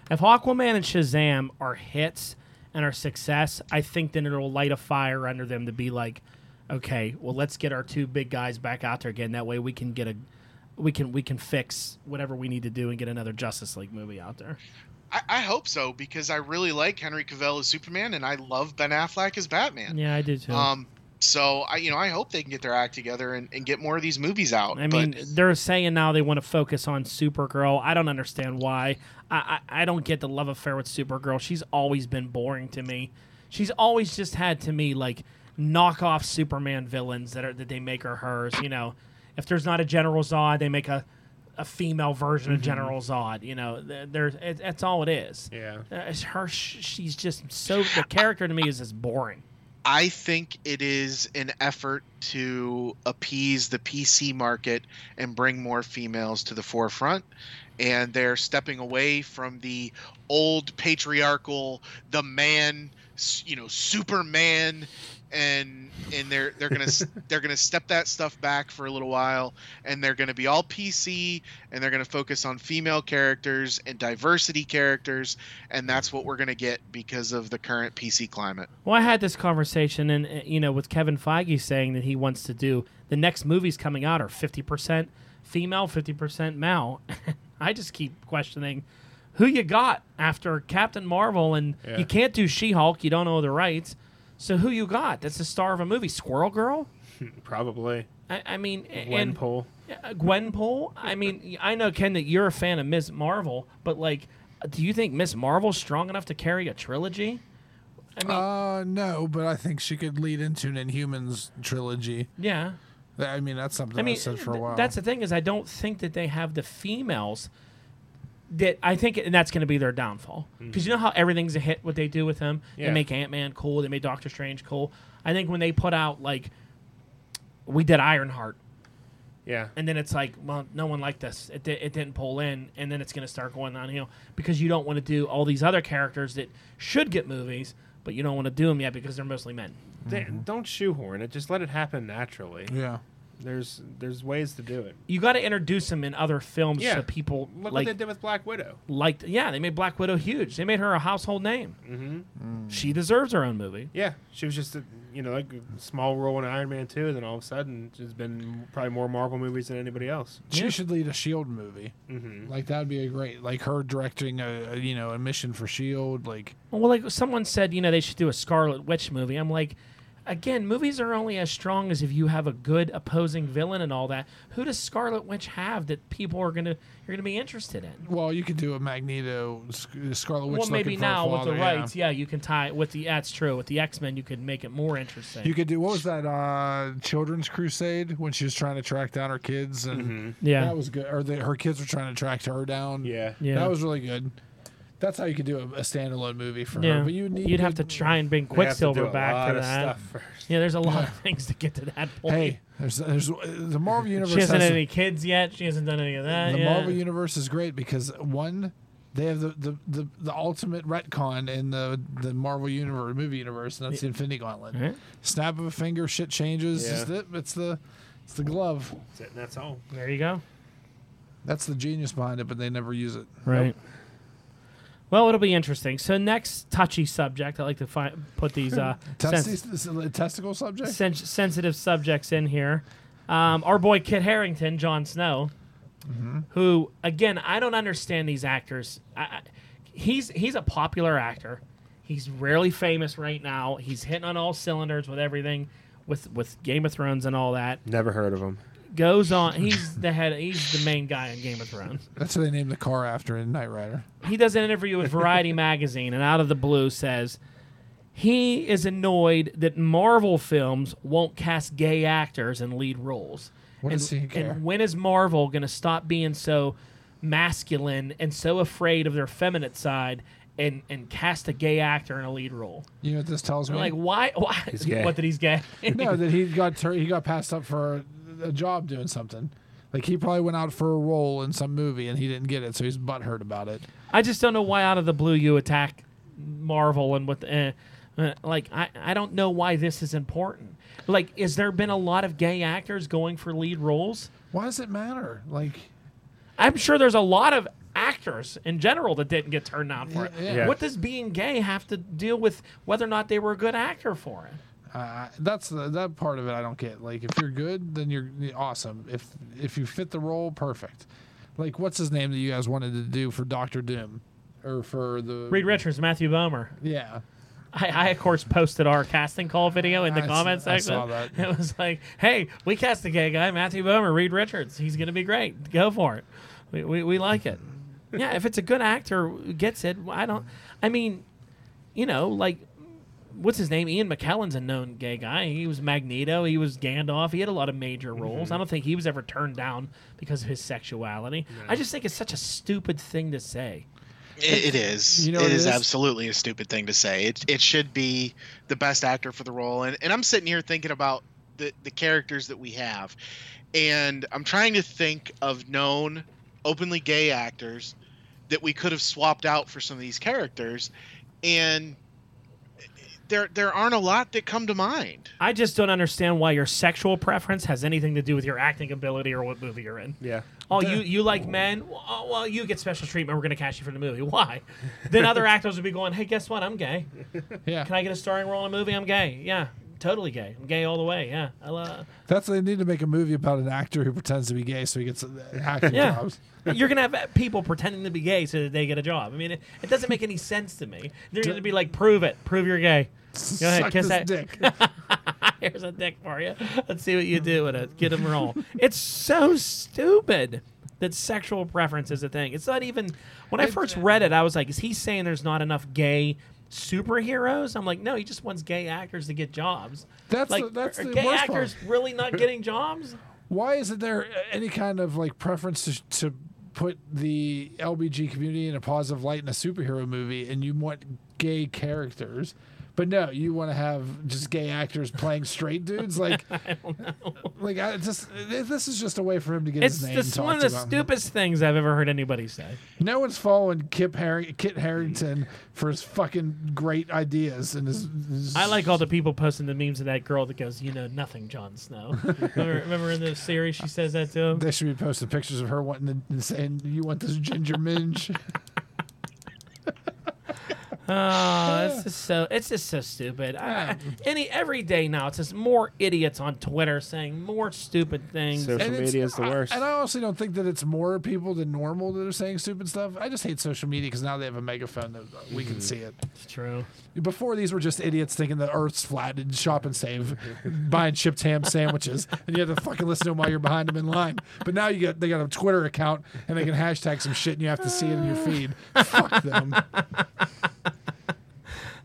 S5: If Aquaman and Shazam are hits and are success, I think then it'll light a fire under them to be like, okay, well, let's get our two big guys back out there again. That way we can get a, we can we can fix whatever we need to do and get another Justice League movie out there.
S3: I, I hope so because I really like Henry Cavill as Superman, and I love Ben Affleck as
S5: [laughs]
S3: Batman.
S5: Yeah, I do too.
S3: Um, So I, you know, I hope they can get their act together and, and get more of these movies out.
S2: I mean,
S3: but,
S2: they're saying now they want to focus on Supergirl. I don't understand why. I, I, I don't get the love affair with Supergirl. She's always been boring to me. She's always just had to me like knockoff Superman villains that are that they make her hers. You know, if there's not a General Zod, they make a a female version of General Zod. You know, There- there's it, that's all it is.
S4: Yeah.
S2: Uh, it's her, sh- she's just so the character to me is just boring.
S3: I think it is an effort to appease the PC market and bring more females to the forefront. And they're stepping away from the old patriarchal, the man, s- you know, Superman, and and they're they're gonna s- they're gonna step that stuff back for a little while, and they're gonna be all PC, and they're gonna focus on female characters and diversity characters, and that's what we're gonna get because of the current PC climate.
S2: Well, I had this conversation, and uh, you know, with Kevin Feige saying that he wants to do the next movies coming out are fifty percent female, fifty percent male. [laughs] I just keep questioning who you got after Captain Marvel, and
S4: Yeah.
S2: you can't do She Hulk. You don't own the rights, so who you got? That's the star of a movie, Squirrel Girl.
S4: Probably.
S2: I, I mean, a- and
S4: Gwenpool.
S2: uh, Gwenpool. I mean, I know Ken that you're a fan of Ms. Marvel, but like, do you think Ms. Marvel's strong enough to carry a trilogy? I mean,
S1: Uh, no, but I think she could lead into an Inhumans trilogy.
S2: yeah.
S1: I mean, that's something I,
S2: I mean,
S1: said for a
S2: th-
S1: while.
S2: that's the thing is I don't think that they have the females that I think, and that's going to be their downfall. Because you know how everything's a hit. What they do with them,
S4: Mm. Yeah.
S2: they make Ant Man cool, they make Doctor Strange cool. I think when they put out like we did Ironheart,
S4: Yeah.
S2: and then it's like, well, no one liked this. It, di- it didn't pull in, and then it's going to start going downhill because you don't want to do all these other characters that should get movies, but you don't want to do them yet because they're mostly men.
S4: They- Don't shoehorn it. Just let it happen naturally.
S1: yeah.
S4: There's there's ways to do it.
S2: You got to introduce them in other films
S4: Yeah.
S2: so people like
S4: Look what they did with Black Widow.
S2: liked. Yeah, they made Black Widow huge. They made her a household name.
S1: Mm-hmm.
S2: She deserves her own movie.
S4: Yeah, she was just a, you know like a small role in Iron Man two, and then all of a sudden there's been probably more Marvel movies than anybody else.
S1: She
S2: Yeah.
S1: should lead a Shield E movie. Mm-hmm. Like that'd be a great, like her directing a, a you know a mission for Shield. E Like
S2: Well, like someone said, you know, they should do a Scarlet Witch movie. I'm like, again, movies are only as strong as if you have a good opposing villain and all that. Who does Scarlet Witch have that people are gonna you're gonna be interested in?
S1: Well, you could do a Magneto, Sc- Scarlet Witch.
S2: well, maybe
S1: looking for a
S2: now with the
S1: father, yeah.
S2: rights, yeah, you can tie it with the. That's true. With the X Men, you could make it more interesting.
S1: You could do what was that? Uh, Children's Crusade when she was trying to track down her kids, and
S2: yeah,
S1: that was good. Or the, her kids were trying to track her down.
S4: Yeah,
S2: Mm-hmm. yeah.
S1: that was really good. That's how you could do a, a standalone movie for
S2: yeah.
S1: her. But you need
S2: you'd have to
S1: good-
S2: try and bring
S4: They have to do
S2: Quicksilver
S4: a
S2: back
S4: lot
S2: for
S4: of
S2: that.
S4: stuff first.
S2: Yeah, there's
S1: [laughs]
S2: a lot of things to get to that point.
S1: Hey, there's there's the Marvel universe.
S2: She hasn't
S1: has
S2: had any kids yet. She hasn't done any of that.
S1: the
S2: yet.
S1: Marvel universe is great because one, they have the the, the, the ultimate retcon in the the Marvel universe movie universe, and that's the Infinity Gauntlet.
S2: Right.
S1: Snap of a finger, shit changes.
S4: Yeah.
S1: It's, the, it's the it's the glove.
S4: That's it, and that's all.
S2: There you go.
S1: That's the genius behind it, but they never use it.
S2: Right. Well, it'll be interesting. So next touchy subject, I like to fi- put these
S1: [laughs]
S2: uh,
S1: Testes,
S2: sens-
S1: this is a testicle subject.
S2: sen- sensitive subjects in here. Um, our boy Kit Harrington, Jon Snow,
S1: Mm-hmm.
S2: who again I don't understand these actors. I, I, he's he's a popular actor. He's rarely famous right now. He's hitting on all cylinders with everything, with with Game of Thrones and all that.
S4: Never heard of them.
S2: goes on. He's the head. He's the main guy on Game of Thrones.
S1: That's what they named the car after in Knight Rider.
S2: He does an interview with Variety magazine, and out of the blue says he is annoyed that Marvel films won't cast gay actors in lead roles.
S1: What
S2: and,
S1: does he care?
S2: and when is Marvel going to stop being so masculine and so afraid of their feminine side and and cast a gay actor in a lead role?
S1: You know what this tells me?
S2: Like why? Why?
S4: He's
S2: [laughs]
S4: gay.
S2: What that
S1: [laughs]
S2: he's gay?
S1: no, that he got tur- he got passed up for a job doing something. Like he probably went out for a role in some movie and he didn't get it, so he's butthurt about it.
S2: I just don't know why out of the blue you attack Marvel and with uh, uh, like I, I don't know why this is important. Like, is there been a lot of gay actors going for lead roles?
S1: Why does it matter? Like,
S2: I'm sure there's a lot of actors in general that didn't get turned down for it.
S1: Yeah, yeah.
S2: What does being gay have to deal with whether or not they were a good actor for it?
S1: uh, that's the, that part of it I don't get. Like, if you're good, then you're awesome. If if you fit the role, perfect. Like, what's his name that you guys wanted to do for Doctor Doom, or for the
S2: Reed Richards, Matthew Bomer.
S1: Yeah,
S2: I, I of course posted our casting call video in the
S1: I s-
S2: comment
S1: I
S2: section.
S1: saw that.
S2: [laughs] It was like, hey, we cast a gay guy, Matthew Bomer, Reed Richards. He's gonna be great. Go for it. We we, we like it. yeah, if it's a good actor who gets it, I don't. I mean, you know, like. What's his name? Ian McKellen's a known gay guy. He was Magneto. He was Gandalf. He had a lot of major
S1: Mm-hmm.
S2: roles. I don't think he was ever turned down because of his sexuality. I just think it's such a stupid thing to say.
S3: It, it is.
S1: You know what
S3: it
S1: it
S3: is,
S1: is?
S3: absolutely a stupid thing to say. It it should be the best actor for the role. And and I'm sitting here thinking about the the characters that we have, and I'm trying to think of known openly gay actors that we could have swapped out for some of these characters, and there there aren't a lot that come to mind.
S2: I just don't understand why your sexual preference has anything to do with your acting ability or what movie you're in.
S4: Yeah.
S2: Oh, you, you like men? Oh, well, you get special treatment. We're going to cast you for the movie. Why? Then other actors would be going, hey, guess what? I'm gay.
S1: Yeah.
S2: Can I get a starring role in a movie? I'm gay. Yeah, totally gay. I'm gay all the way. Yeah. I love.
S1: That's they need to make a movie about an actor who pretends to be gay so he gets uh, acting
S2: Yeah.
S1: jobs.
S2: [laughs] You're gonna have people pretending to be gay so that they get a job. I mean, it, it doesn't make any sense to me. They're gonna be like, "Prove it, prove you're gay." Go ahead,
S1: [laughs] Suck
S2: kiss
S1: this
S2: that-
S1: dick.
S2: Here's a dick for you. Let's see what you do with it. Get them
S1: [laughs]
S2: roll. it's so stupid that sexual preference is a thing. It's not even. When I first read it, I was like, is he saying there's not enough gay superheroes? I'm like, no, he just wants gay actors to get jobs.
S1: That's
S2: like,
S1: the- that's
S2: are
S1: the
S2: gay
S1: worst
S2: actors really
S1: [laughs]
S2: not getting jobs?
S1: Why isn't there any kind of like preference to, to put the LBG community in a positive light in a superhero movie and you want gay characters? But no, you want to have just gay actors playing straight
S2: [laughs]
S1: dudes. Like, I don't know. Like, I just this is just a way for him to get
S2: It's
S1: his name
S2: just
S1: talked
S2: one of the
S1: about.
S2: stupidest things I've ever heard anybody say.
S1: No one's following Kip Harry, Kit Harrington for his fucking great ideas and his. his-
S2: I like all the people posting the memes of that girl that goes, you know nothing,
S1: [laughs]
S2: Jon Snow. remember, remember in the series she says that to him?
S1: They should be posting pictures of her wanting to, and saying, "You want this ginger minge?"
S2: Oh, it's just so it's just so stupid. I, I- any every day now, it's just more idiots on Twitter saying more stupid things.
S4: So- Social media is the
S1: I-
S4: worst.
S1: and I honestly don't think that it's more people than normal that are saying stupid stuff. I just hate social media because now they have a megaphone that we
S4: Mm-hmm.
S1: can see it.
S2: it's true.
S1: Before these were just idiots thinking the Earth's flat and shop and
S4: [laughs]
S1: save, buying chipped ham sandwiches, and you have to fucking listen to them while you're behind them in line. But now you got they got a Twitter account and they can hashtag some shit and you have to see it in your feed. Fuck them.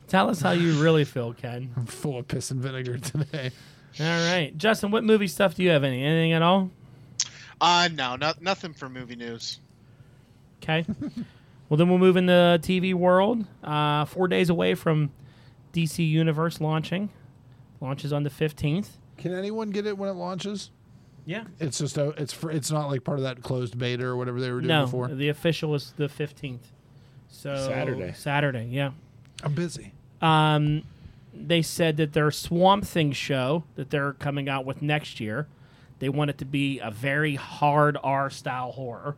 S2: Tell us how you really feel, Ken.
S1: I'm full of piss and vinegar today.
S2: All right, Justin, what movie stuff do you have? Any anything at all?
S3: Uh no, not nothing for movie news.
S2: Okay. well, then we'll move in the TV world. Uh, four days away from DC Universe launching. Launches on the fifteenth.
S1: Can anyone get it when it launches?
S2: Yeah.
S1: It's just a, it's for, it's not like part of that closed beta or whatever they were doing
S2: No,
S1: before.
S2: the official was the fifteenth. So
S4: Saturday.
S2: Saturday, yeah.
S1: I'm busy.
S2: um, they said that their Swamp Thing show that they're coming out with next year, they want it to be a very hard R style horror.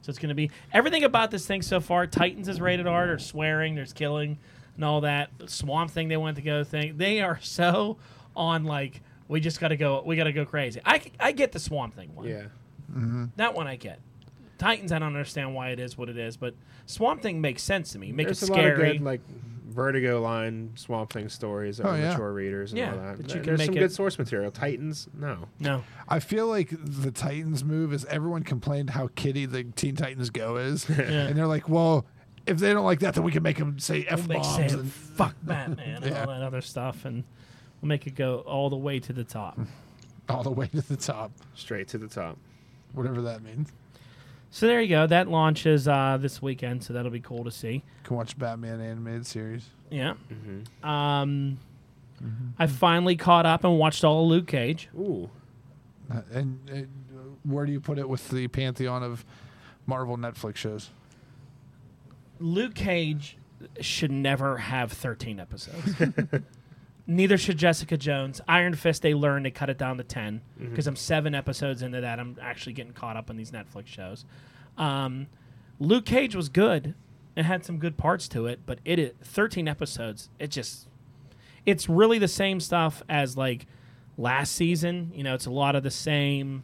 S2: So it's going to be everything about this thing so far. Titans is rated R. There's swearing, there's killing, and all that. Swamp Thing they want to go thing. They are so on like we just got to go. We got to go crazy. I, I get the Swamp Thing one.
S4: Yeah.
S2: That one I get. Titans, I don't understand why it is what it is, but Swamp Thing makes sense to me. Make
S4: There's
S2: it
S4: a
S2: scary.
S4: lot of good like Vertigo line Swamp Thing stories that
S1: Oh,
S4: are
S1: yeah.
S4: mature readers and
S2: Yeah,
S4: all that.
S2: but you
S4: There-
S2: can
S4: There's
S2: make
S4: some
S2: it-
S4: good source material. Titans, no.
S2: no.
S1: I feel like the Titans move is everyone complained how kitty the Teen Titans Go
S2: [laughs]
S1: is, and they're like, well, if they don't like that, then we can make them say f
S2: Make
S1: bombs.
S2: Sam
S1: And
S2: fuck Batman and
S1: Yeah.
S2: all that other stuff, and we'll make it go all the way to the top.
S1: [laughs] all the way to the top,
S4: Straight to the top.
S1: whatever that means.
S2: So there you go. That launches uh, this weekend, so that'll be cool to see.
S1: Can watch Batman animated series.
S2: Yeah. Um, I finally caught up and watched all of Luke Cage.
S4: Ooh.
S1: Uh, And uh, where do you put it with the pantheon of Marvel Netflix shows?
S2: Luke Cage should never have 13 episodes. [laughs] Neither should Jessica Jones. Iron Fist, they learned to cut it down to 10 because I'm seven episodes into that. I'm actually getting caught up on these Netflix shows. Um, Luke Cage was good. It had some good parts to it, but it is 13 episodes. It just it's really the same stuff as like last season. You know, it's a lot of the same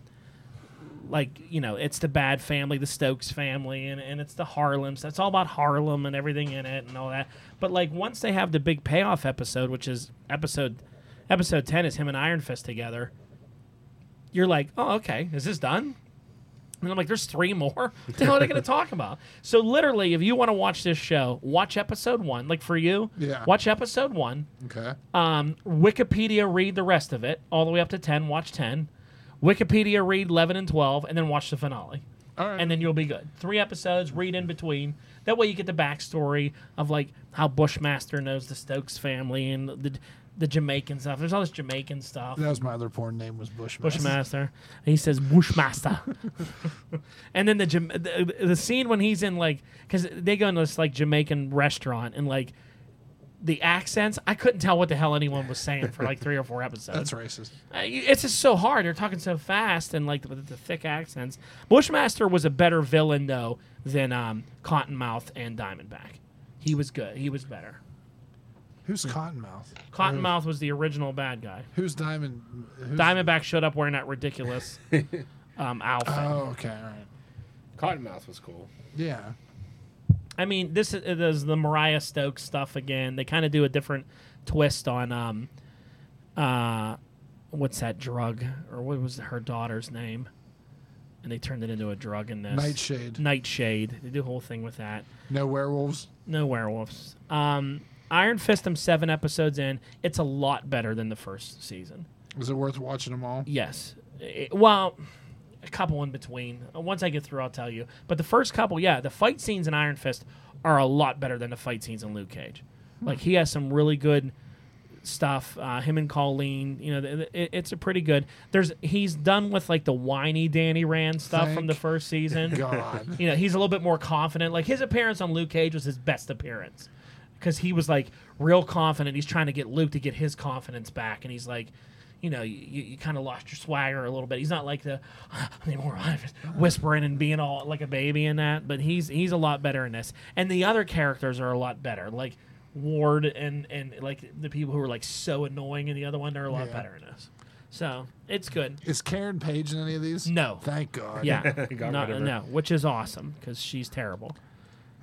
S2: like you know it's the bad family the stokes family and, and it's the harlems that's all about harlem and everything in it and all that but like once they have the big payoff episode which is episode episode 10 is him and iron fist together you're like oh okay is this done and i'm like there's three more [laughs] what the hell are they going to talk about so literally if you want to watch this show watch episode one like for you
S1: Yeah.
S2: watch episode one
S1: Okay.
S2: um, Wikipedia read the rest of it, all the way up to 10, watch 10. Wikipedia read 11 and 12, and then watch the finale.
S1: All right.
S2: And then you'll be good. Three episodes, read in between. That way you get the backstory of like how Bushmaster knows the Stokes family and the the Jamaican stuff. There's all this Jamaican stuff.
S1: that was my other porn name was Bushmaster.
S2: Bushmaster. And he says Bushmaster. [laughs] and then the, Jam- the the scene when he's in like because they go into this like Jamaican restaurant and like the accents, I couldn't tell what the hell anyone was saying for like three or four
S1: That's
S2: episodes.
S1: racist.
S2: Uh, you- It's just so hard. They're talking so fast and like with the thick accents. Bushmaster was a better villain though than um, Cottonmouth and Diamondback. He was good. He was better. Hmm.
S1: Who's Cottonmouth?
S2: Cottonmouth was the original bad guy.
S1: Who's Diamond? Mm. Who's,
S2: Diamondback showed up wearing that ridiculous [laughs] um, outfit.
S1: Oh, okay. All right.
S4: Cottonmouth was cool.
S1: Yeah.
S2: I mean, this is it is the Mariah Stokes stuff again. They kind of do a different twist on um, uh, what's that drug or what was her daughter's name? And they turned it into a drug in this
S1: Nightshade.
S2: Nightshade. They do a whole thing with that.
S1: No werewolves.
S2: No werewolves. Um, Iron Fist. I'm seven episodes in. It's a lot better than the first season.
S1: Is it worth watching them
S2: [laughs]
S1: all?
S2: Yes. It- well, a couple in between. Uh, Once I get through, I'll tell you. But the first couple, yeah, the fight scenes in Iron Fist are a lot better than the fight scenes in Luke Cage.
S1: Hmm.
S2: Like he has some really good stuff. Uh, him and Colleen, you know, th- th- it's a pretty good. There's he's done with like the whiny Danny Rand stuff from
S1: Thank
S2: the first season.
S1: [laughs] God.
S2: You know, he's a little bit more confident. Like his appearance on Luke Cage was his best appearance because he was like real confident. He's trying to get Luke to get his confidence back, and he's like, you know, you, you, you kind of lost your swagger a little bit. He's not like the [laughs] anymore whispering and being all like a baby in that, but he's he's a lot better in this. And the other characters are a lot better, like Ward and and like the people who are like so annoying in the other one, they're a lot
S1: Yeah.
S2: better in this. So it's good.
S1: Is Karen Page in any of these?
S2: No.
S1: Thank God.
S2: Yeah,
S4: Got
S2: Not-
S4: rid of her.
S2: no, which is awesome because she's terrible.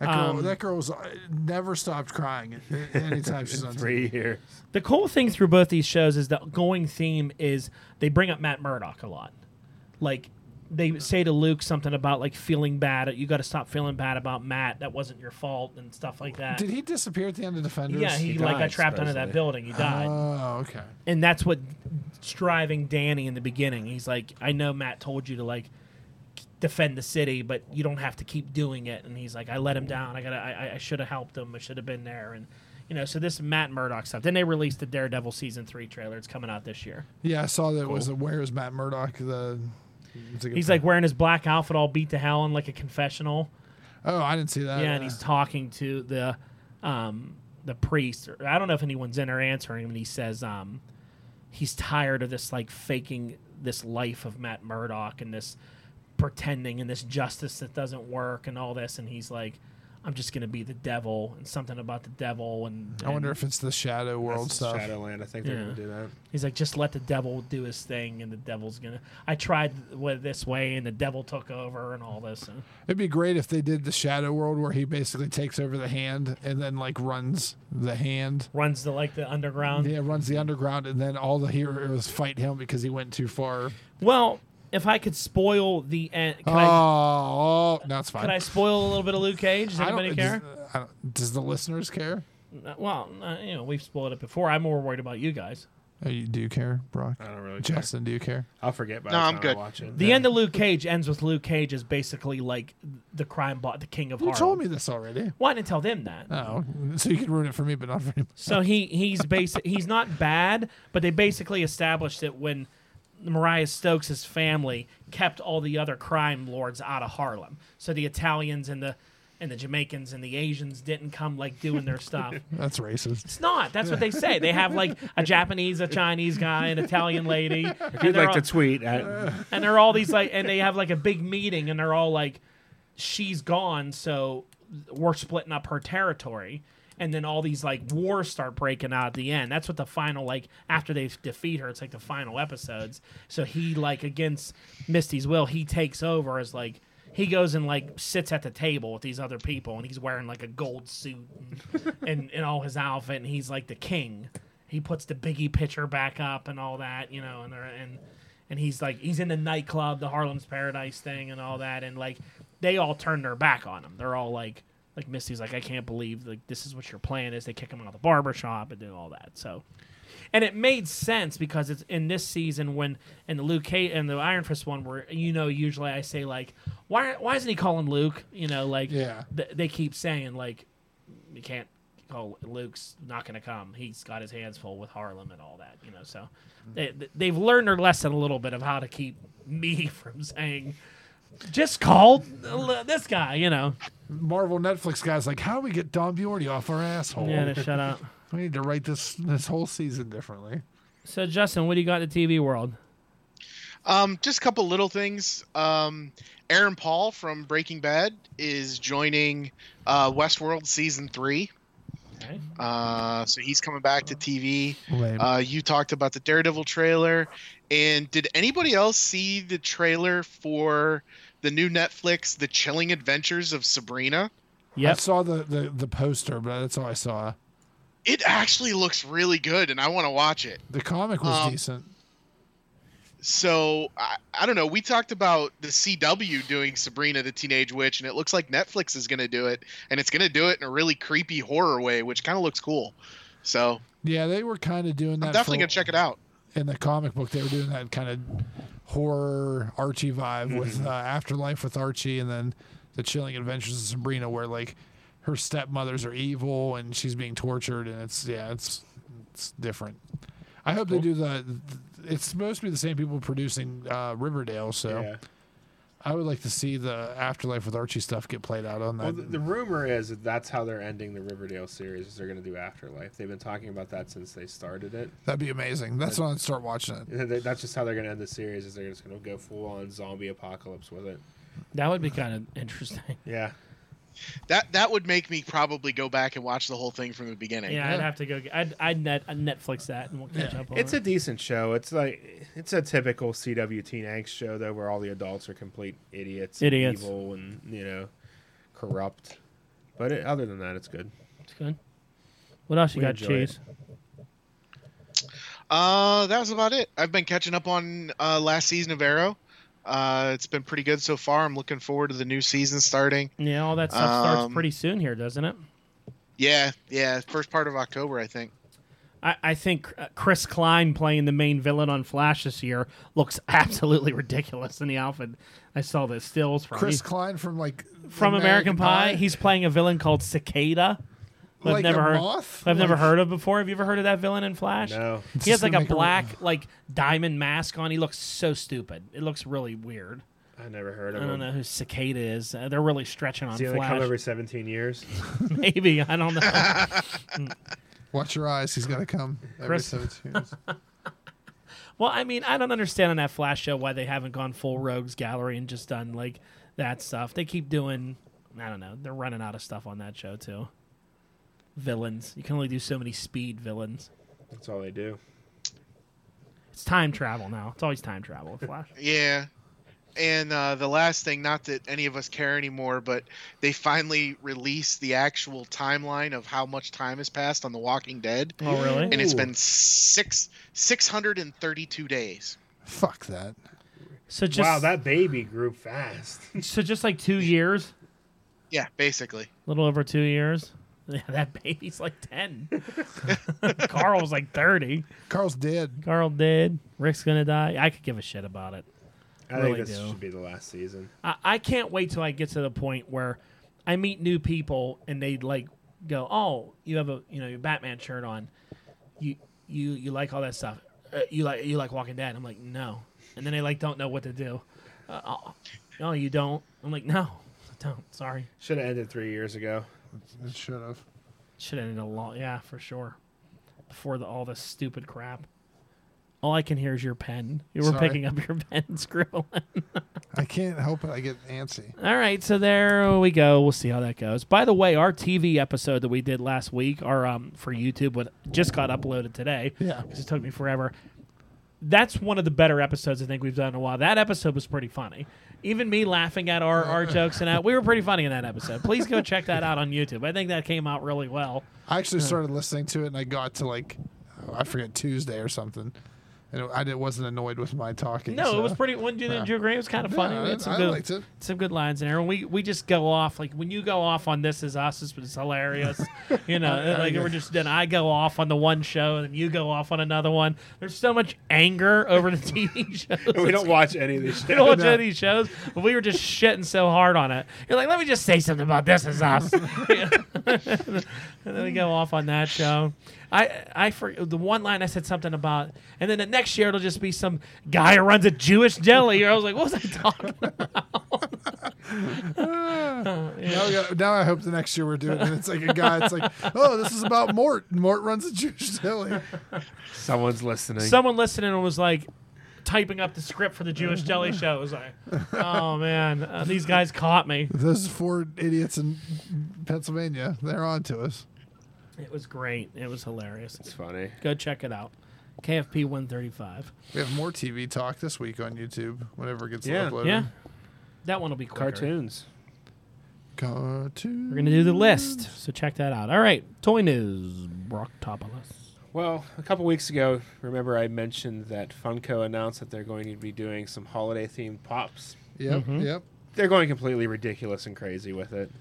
S1: That girl,
S2: Um,
S1: that girl's uh, never stopped crying a- anytime she's on TV.
S4: Three years.
S2: The cool thing through both these shows is the going theme is they bring up Matt Murdock a lot. Like they say to Luke something about like feeling bad. You got to stop feeling bad about Matt. That wasn't your fault and stuff like that.
S1: Did he disappear at the end of Defenders?
S2: yeah, he,
S4: He
S2: like got
S4: died,
S2: trapped under that
S4: supposedly.
S2: building. He died,
S1: Oh, okay.
S2: and that's what driving Danny in the beginning. He's like, I know Matt told you to like defend the city, but you don't have to keep doing it. And he's like, I let him down. I got. to I, I- I should have helped him. I should have been there. And you know, so this Matt Murdock stuff. Then they released the Daredevil season three trailer. It's coming out this year.
S1: Yeah, I saw that was a, where is Matt Murdock? The it's
S2: He's like wearing his black outfit, all beat to hell, and like a confessional.
S1: oh, I didn't see that.
S2: yeah, and he's talking to the um, the priest. Or, I don't know if anyone's in or answering him. And he says um, he's tired of this like faking this life of Matt Murdock and this pretending and this justice that doesn't work and all this. And he's like, I'm just gonna be the devil and something about the devil. And,
S1: I wonder
S2: and
S1: if it's the Shadow World
S4: That's
S1: stuff.
S4: Shadowland. I think they're
S2: Yeah.
S4: gonna do that.
S2: he's like, just let the devil do his thing, and the devil's gonna. I tried with this way, and the devil took over, and all this. And,
S1: It'd be great if they did the Shadow World where he basically takes over the hand and then like runs the hand.
S2: runs the like the underground.
S1: Yeah, runs the underground and then all the heroes fight him because he went too far.
S2: Well, if I could spoil the end, can
S1: oh,
S2: I
S1: oh, no, it's fine.
S2: can I spoil a little bit of Luke Cage? Does
S1: I don't- uh,
S2: anybody care?
S1: Does, I don't- does the listeners care?
S2: Uh, well, uh, you know we've spoiled it before. I'm more worried about you guys.
S1: Oh, you do care, Brock?
S4: I don't really. Care.
S1: Justin, do you care?
S4: I'll forget by
S3: No,
S4: the
S3: I'm
S4: time
S3: good.
S4: I watch it.
S2: The end of Luke Cage ends with Luke Cage is basically like the crime bot, the king of
S1: You
S2: Harlem.
S1: told me this already.
S2: Why didn't tell them that?
S1: Oh, so you can ruin it for me, but not for him.
S2: So he he's basic. he's not bad, but they basically established that when Mariah Stokes' family kept all the other crime lords out of Harlem, so the Italians and the and the Jamaicans and the Asians didn't come like doing
S1: [laughs]
S2: their stuff.
S1: That's racist.
S2: It's not. That's what they say. They have like a Japanese, a Chinese guy, an Italian lady,
S4: If
S2: and
S4: you'd
S2: they're,
S4: like
S2: all,
S4: to tweet
S1: Uh,
S4: at
S2: and they're all these like, and they have like a big meeting, and they're all like, "She's gone, so we're splitting up her territory." and then all these like wars start breaking out at the end. That's what the final like after they defeat her, it's like the final episodes. So he like against Misty's will, he takes over as like he goes and like sits at the table with these other people and he's wearing like a gold suit and, and, and all his outfit and he's like the king. He puts the biggie picture back up and all that, you know, and they're and and he's like he's in the nightclub, the Harlem's Paradise thing, and all that, and like they all turn their back on him. They're all like, like Misty's like, I can't believe like this is what your plan is. They kick him out of the barber shop and do all that. So, and it made sense because it's in this season when in the Luke Cage and the Iron Fist one where you know usually I say like, why why isn't he calling Luke? You know like
S1: Yeah.
S2: th- they keep saying like, you can't. call Luke's not going to come. He's got his hands full with Harlem and all that, you know. So,
S4: Mm.
S2: they, they've learned their lesson a little bit of how to keep me [laughs] from saying just called this guy you know
S1: Marvel Netflix guys like, how do we get Don Bjordi off our asshole?
S2: [laughs] yeah to shut up
S1: we need to write this this whole season differently.
S2: so justin what do you got in the tv world
S3: Um, just a couple little things. Um, Aaron Paul from Breaking Bad is joining uh, Westworld season three.
S2: Okay.
S3: Uh, so he's coming back to TV.
S1: Lame.
S3: Uh, you talked about the Daredevil trailer, and did anybody else see the trailer for the new Netflix, The Chilling Adventures of Sabrina?
S1: I
S2: yep
S1: saw the, the the poster, but that's all I saw.
S3: It actually looks really good, and I want to watch it.
S1: The comic was
S3: Um,
S1: decent.
S3: So I, I don't know. We talked about the CW doing Sabrina the Teenage Witch, and it looks like Netflix is going to do it, and it's going to do it in a really creepy horror way, which kind of looks cool. So
S1: Yeah, they were kind of doing that.
S3: I'm definitely
S1: for-
S3: going to check it out.
S1: in the comic book they were doing that kind of horror Archie vibe
S4: Mm-hmm.
S1: with uh, Afterlife with Archie, and then the Chilling Adventures of Sabrina, where like her stepmothers are evil and she's being tortured, and it's yeah, it's it's different. I hope they do the. It's supposed to be the same people producing uh, Riverdale, so
S4: Yeah.
S1: I would like to see the Afterlife with Archie stuff get played out on that.
S4: Well, the, the rumor is that that's how they're ending the Riverdale series. Is they're going to do Afterlife. They've been talking about that since they started it.
S1: That'd be amazing. That's when I'd start watching it.
S4: And th- That's just how they're going to end the series. Is they're just going to go full on zombie apocalypse with it.
S2: that would be kind of interesting
S4: Yeah.
S3: That that would make me probably go back and watch the whole thing from the beginning.
S2: yeah i'd have to go get, i'd, I'd, net, I'd netflix that and we'll catch up on
S4: It's a
S2: it.
S4: decent show. It's like it's a typical CW teen angst show though, where all the adults are complete idiots, and
S2: Idiots.
S4: evil, and you know, corrupt. But it, other than that, it's good.
S2: it's good what else you
S4: We
S2: got
S4: enjoy it.
S2: cheese
S3: Uh, that was about it. I've been catching up on uh, last season of Arrow. Uh, it's been pretty good so far. I'm looking forward to the new season starting.
S2: yeah all that stuff starts
S3: Um,
S2: pretty soon here doesn't it
S3: Yeah, yeah, first part of October, I think.
S2: I, I think uh, Chris Klein playing the main villain on Flash this year looks [laughs] absolutely ridiculous in the outfit. I saw the stills from
S1: Chris
S2: He's-
S1: Klein from like
S2: from American, Pie. He's playing a villain called Cicada. who I've
S1: Like
S2: never
S1: a
S2: heard.
S1: moth?
S2: who I've never
S1: Like-
S2: heard of before. Have you ever heard of that villain in Flash?
S4: No,
S2: He has
S1: Just gonna
S2: like a
S1: make a-
S2: black like diamond mask on. He looks so stupid. It looks really weird.
S4: I never heard
S2: I
S4: of
S2: don't
S4: him.
S2: know who Cicada is. Uh, they're really stretching on
S4: Does he only come
S2: Flash.
S4: every seventeen years?
S2: [laughs] Maybe I don't know.
S1: Watch your eyes. He's got to come every
S2: Chris- [laughs]
S1: 17 years.
S2: Well, I mean, I don't understand on that Flash show why they haven't gone full Rogues Gallery and just done like that stuff. They keep doing, I don't know, they're running out of stuff on that show too. Villains, you can only do so many speed villains.
S4: That's all they do.
S2: It's time travel now. It's always time travel with Flash.
S3: Yeah. And uh, the last thing, not that any of us care anymore, but they finally released the actual timeline of how much time has passed on The Walking Dead,
S2: [laughs] oh, really?
S3: and it's
S4: Ooh.
S3: been six six hundred and thirty two days.
S1: Fuck that.
S2: So just
S4: wow, that baby grew fast. [laughs]
S2: so just like two years,
S3: Yeah, basically.
S2: a little over two years. [laughs] Yeah, that baby's like ten. [laughs] Carl's like thirty.
S1: Carl's dead.
S2: Carl dead. Rick's gonna die. I could give a shit about it.
S4: I
S2: Really
S4: think this
S2: do.
S4: should be the last season.
S2: I, I can't wait till I get to the point where I meet new people and they like go, "Oh, you have a you know your Batman shirt on, you you you like all that stuff, uh, you like you like Walking Dead." I'm like, "No," and then they like don't know what to do. Uh, oh, no, you don't. I'm like, "No, I don't." Sorry,
S4: Should have ended three years ago. [laughs]
S1: It should have.
S2: should have ended a lot. Yeah, for sure. Before the, all this stupid crap. All I can hear is your pen. You were
S1: Sorry.
S2: picking up your [laughs] pen, scribbling.
S1: I can't help it. I get antsy.
S2: All right, so there we go. We'll see how that goes. By the way, our TV episode that we did last week, our um for YouTube, what just got uploaded today.
S1: Yeah.
S2: because it took me forever. That's one of the better episodes I think we've done in a while. That episode was pretty funny. Even me laughing at
S1: [laughs]
S2: our, our jokes and out, we were pretty funny in that episode. Please go check that out on YouTube. I think that came out really well.
S1: I actually started listening to it and I got to like, oh, I forget Tuesday or something, and it, I did, wasn't annoyed with my talking.
S2: No,
S1: so-
S2: it was pretty. When you
S1: yeah.
S2: did you agree? It was kind of funny.
S1: Yeah,
S2: We had
S1: I,
S2: some
S1: I
S2: good,
S1: liked it.
S2: some good lines in there. And we we just go off like when you go off on this is us is was
S4: [laughs]
S2: hilarious. you know, like we're just then I go off on the one show and then you go off on another one. There's so much anger over the [laughs] TV shows.
S4: we don't watch any of these
S2: [laughs] We don't watch
S4: shows.
S2: any of these shows, but we were just shitting so hard on it. You're like, let me just say something about this is
S4: [laughs]
S2: us. [laughs] and then we go off on that show. I I for the one line I said something about, and then the next year it'll just be some guy who runs a Jewish deli. Or I was like, what was I talking? about?
S1: Now, we got- now I hope the next year we're doing it. It's like a guy. It's like, [laughs] oh, this is about Mort. and Mort runs a Jewish [laughs] deli.
S4: Someone's listening.
S2: Someone listening was like. Typing up the script for the Jewish Deli Show, I was like,
S4: [laughs]
S2: "Oh man, uh, these guys caught me."
S1: Those four idiots in Pennsylvania, they're on to us.
S2: It was great. It was hilarious.
S4: it's funny.
S2: Go check it out. KFP 135.
S1: We have more TV talk this week on YouTube. Whenever it gets
S4: Yeah.
S1: uploaded,
S2: Yeah. That one will be quicker.
S4: Cartoons.
S1: Cartoon.
S2: We're going to do the list. So check that out. All right. Toy news.
S4: [laughs]
S2: Brocktopoulos.
S4: Well, a couple weeks ago, remember I mentioned that Funko announced that they're going to be doing some holiday themed pops.
S1: Yep,
S2: Mm-hmm.
S1: yep.
S4: They're going completely ridiculous and crazy with it.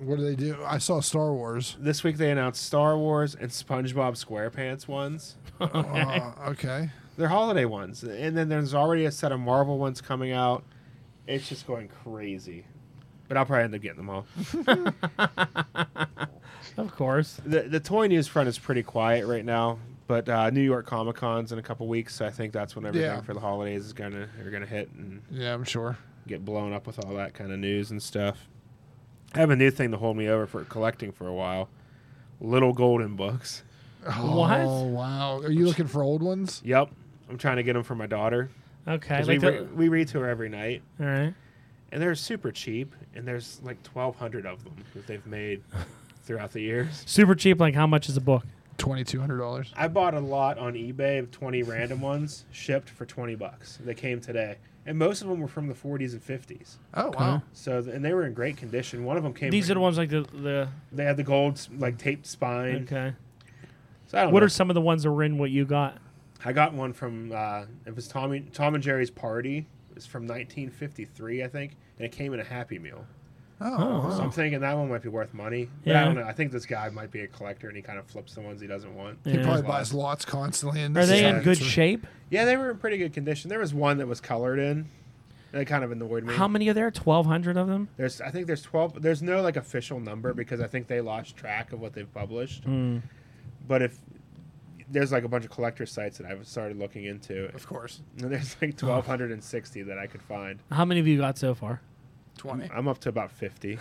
S1: What do they do? I saw Star
S2: [laughs]
S1: Wars.
S4: This week they announced Star Wars and SpongeBob SquarePants ones.
S1: Uh, okay.
S4: They're holiday ones. And then there's already a set of Marvel ones coming out. It's just going crazy. But I'll probably end up getting them all.
S2: Of course.
S4: the the toy news front is pretty quiet right now, but uh, New York Comic Con's in a couple weeks, so I think that's when everything
S1: Yeah.
S4: for the holidays is gonna are gonna hit and
S1: Yeah, I'm sure.
S4: get blown up with all that kind of news and stuff. I have a new thing to hold me over for collecting for a while. Little golden books.
S1: Oh,
S2: What?
S1: wow. Are you looking for old ones?
S4: Yep, I'm trying to get them for my daughter.
S2: Okay.
S4: 'Cause
S2: Like
S4: we,
S2: the,
S4: re- we read to her every night,
S2: all right.
S4: and they're super cheap. And there's like 1,200 of them that they've made throughout the years.
S2: Super cheap. Like, how much is a book?
S1: $2,200.
S4: I bought a lot on eBay of 20 random ones shipped for 20 bucks. They came today. And most of them were from the 40s and 50s.
S1: Oh, wow.
S4: So th- and they were in great condition. One of them came
S2: These are the ones like the. the
S4: they had the gold s- like taped spine.
S2: okay.
S4: So I don't
S2: What
S4: know.
S2: are some of the ones that were in what you got?
S4: I got one from uh, it was Tommy Tom and Jerry's Party. It's from 1953, I think, and it came in a Happy Meal.
S1: Oh,
S4: So
S1: wow.
S4: I'm thinking that one might be worth money. But I
S2: Yeah.
S4: don't know. I think this guy might be a collector, and he kind of flips the ones he doesn't want.
S2: Yeah.
S1: He probably
S4: Wow.
S1: buys lots constantly. And
S2: Are
S1: this
S2: they
S1: is
S2: in
S1: not-
S2: good shape?
S4: Yeah, they were in pretty good condition. There was one that was colored in, and it kind of annoyed me.
S2: How many are there? 1,200 of them?
S4: There's, I think there's twelve. There's no like official number because I think they lost track of what they've published.
S2: Hmm.
S4: But if there's like a bunch of collector sites that I've started looking into,
S1: Of course.
S4: and there's like 1,260 that I could find.
S2: How many have you got so far?
S1: 20.
S2: Uh,
S4: I'm up to about 50.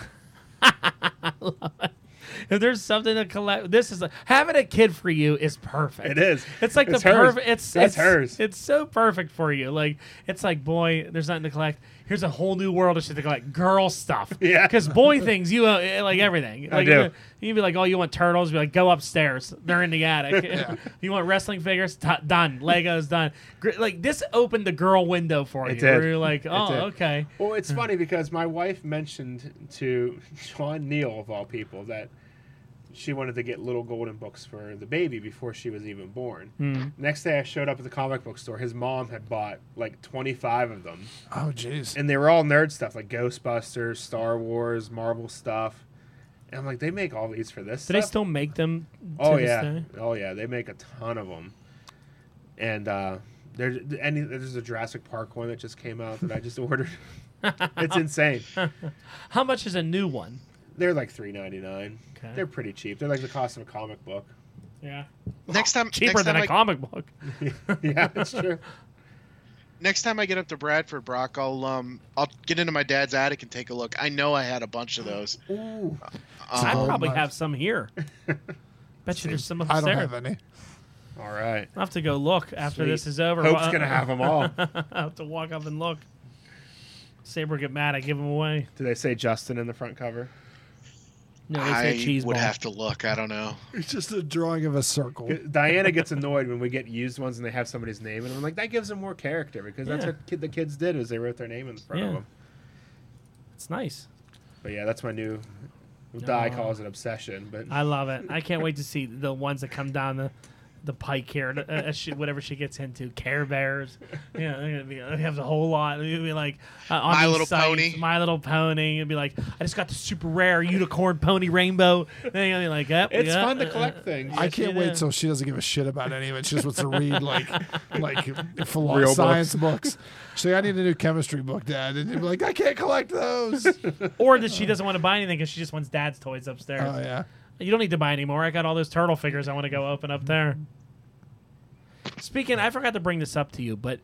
S2: If there's something to collect, this is a, having a kid for you is perfect.
S4: [laughs] It is.
S2: It's like
S4: It's
S2: the
S4: hers.
S2: perfect. It's
S4: That's
S2: it's,
S4: hers.
S2: It's so perfect for you. Like it's like boy, there's nothing to collect. Here's a whole new world of shit to collect. Girl stuff.
S4: [laughs] Yeah.
S2: Because boy things, you uh, like everything. Like,
S4: do.
S2: You'd be like, oh, you want turtles? Be like, go upstairs. They're in the attic.
S4: [laughs]
S2: [laughs] You want wrestling figures? T- done. Legos done. Gr- like this opened the girl window for
S4: It
S2: you.
S4: did.
S2: Where you're like,
S4: It
S2: oh,
S4: did.
S2: okay.
S4: Well, it's funny because my wife mentioned to Sean Neal of all people that she wanted to get little golden books for the baby before she was even born. Next day, I showed up at the comic book store. His mom had bought like 25 of them.
S1: Oh, jeez.
S4: and they were all nerd stuff like Ghostbusters, Star Wars, Marvel stuff. And I'm like, they make all these for this.
S2: Do
S4: stuff?
S2: they still make them? To
S4: Oh
S2: this
S4: yeah,
S2: day?
S4: oh yeah, they make a ton of them. And uh, there's any there's a Jurassic Park one that just came out that I just
S2: [laughs]
S4: [laughs] ordered. it's insane.
S2: How much is a new one?
S4: They're like three ninety nine.
S2: Okay.
S4: They're pretty cheap. They're like the cost of a comic book. [laughs]
S2: Yeah.
S3: Next time,
S2: Cheaper
S3: next
S2: than
S3: time
S2: a
S3: I-
S2: comic book.
S4: yeah, it's true.
S3: next time I get up to Bradford, Brock, I'll um I'll get into my dad's attic and take a look. I know I had a bunch of those.
S4: Ooh,
S3: Um,
S2: I
S1: Oh,
S2: probably
S1: my.
S4: [laughs]
S2: have some here. Bet you there's some
S1: I don't
S2: upstairs.
S1: have any.
S4: All right.
S2: I'll have to go look after
S4: Sweet.
S2: this is over.
S4: Hope's
S2: Well,
S4: gonna have them all.
S2: [laughs] I'll have to walk up and look. Saber get mad. I give him away.
S4: Did they say Justin in the front cover?
S2: No, they say
S3: I
S2: cheese
S3: would
S2: ball.
S3: have to look. I don't know.
S1: It's just a drawing of a circle.
S4: Diana gets annoyed when we get used ones and they have somebody's name, and I'm like, that gives them more character because that's
S2: Yeah.
S4: what kid, the kids did is they wrote their name in the front of
S2: Yeah.
S4: them.
S2: It's nice.
S4: But yeah, that's my new. Di
S2: Aw.
S4: calls it obsession, but
S2: I love it. I can't wait to see the ones that come down the the pike here. uh, Uh, she, whatever she gets into, Care Bears. Yeah, they're gonna be. They have a whole lot. They're gonna be like uh, on
S3: My
S2: these
S3: Little
S2: sites,
S3: Pony.
S2: My Little Pony. It'd be like, I just got the super rare unicorn pony rainbow. They're gonna be like, yep,
S4: it's
S2: yeah,
S4: fun to
S2: uh,
S4: collect things.
S1: I
S2: Yes,
S1: can't
S2: it
S1: wait
S2: is.
S1: till she doesn't give a shit about any of it. She just wants to
S2: [laughs]
S1: read like like philo-
S4: Real
S1: science books. She's like, I need a new chemistry book, Dad. And you'd be like, I can't collect
S2: [laughs]
S1: those. oh
S2: Or that she doesn't want to buy anything because she just wants dad's toys upstairs.
S4: Oh,
S1: yeah.
S2: You don't need to buy any more. I got all those turtle figures I want to go open up there. Speaking, I forgot to bring this up to you, but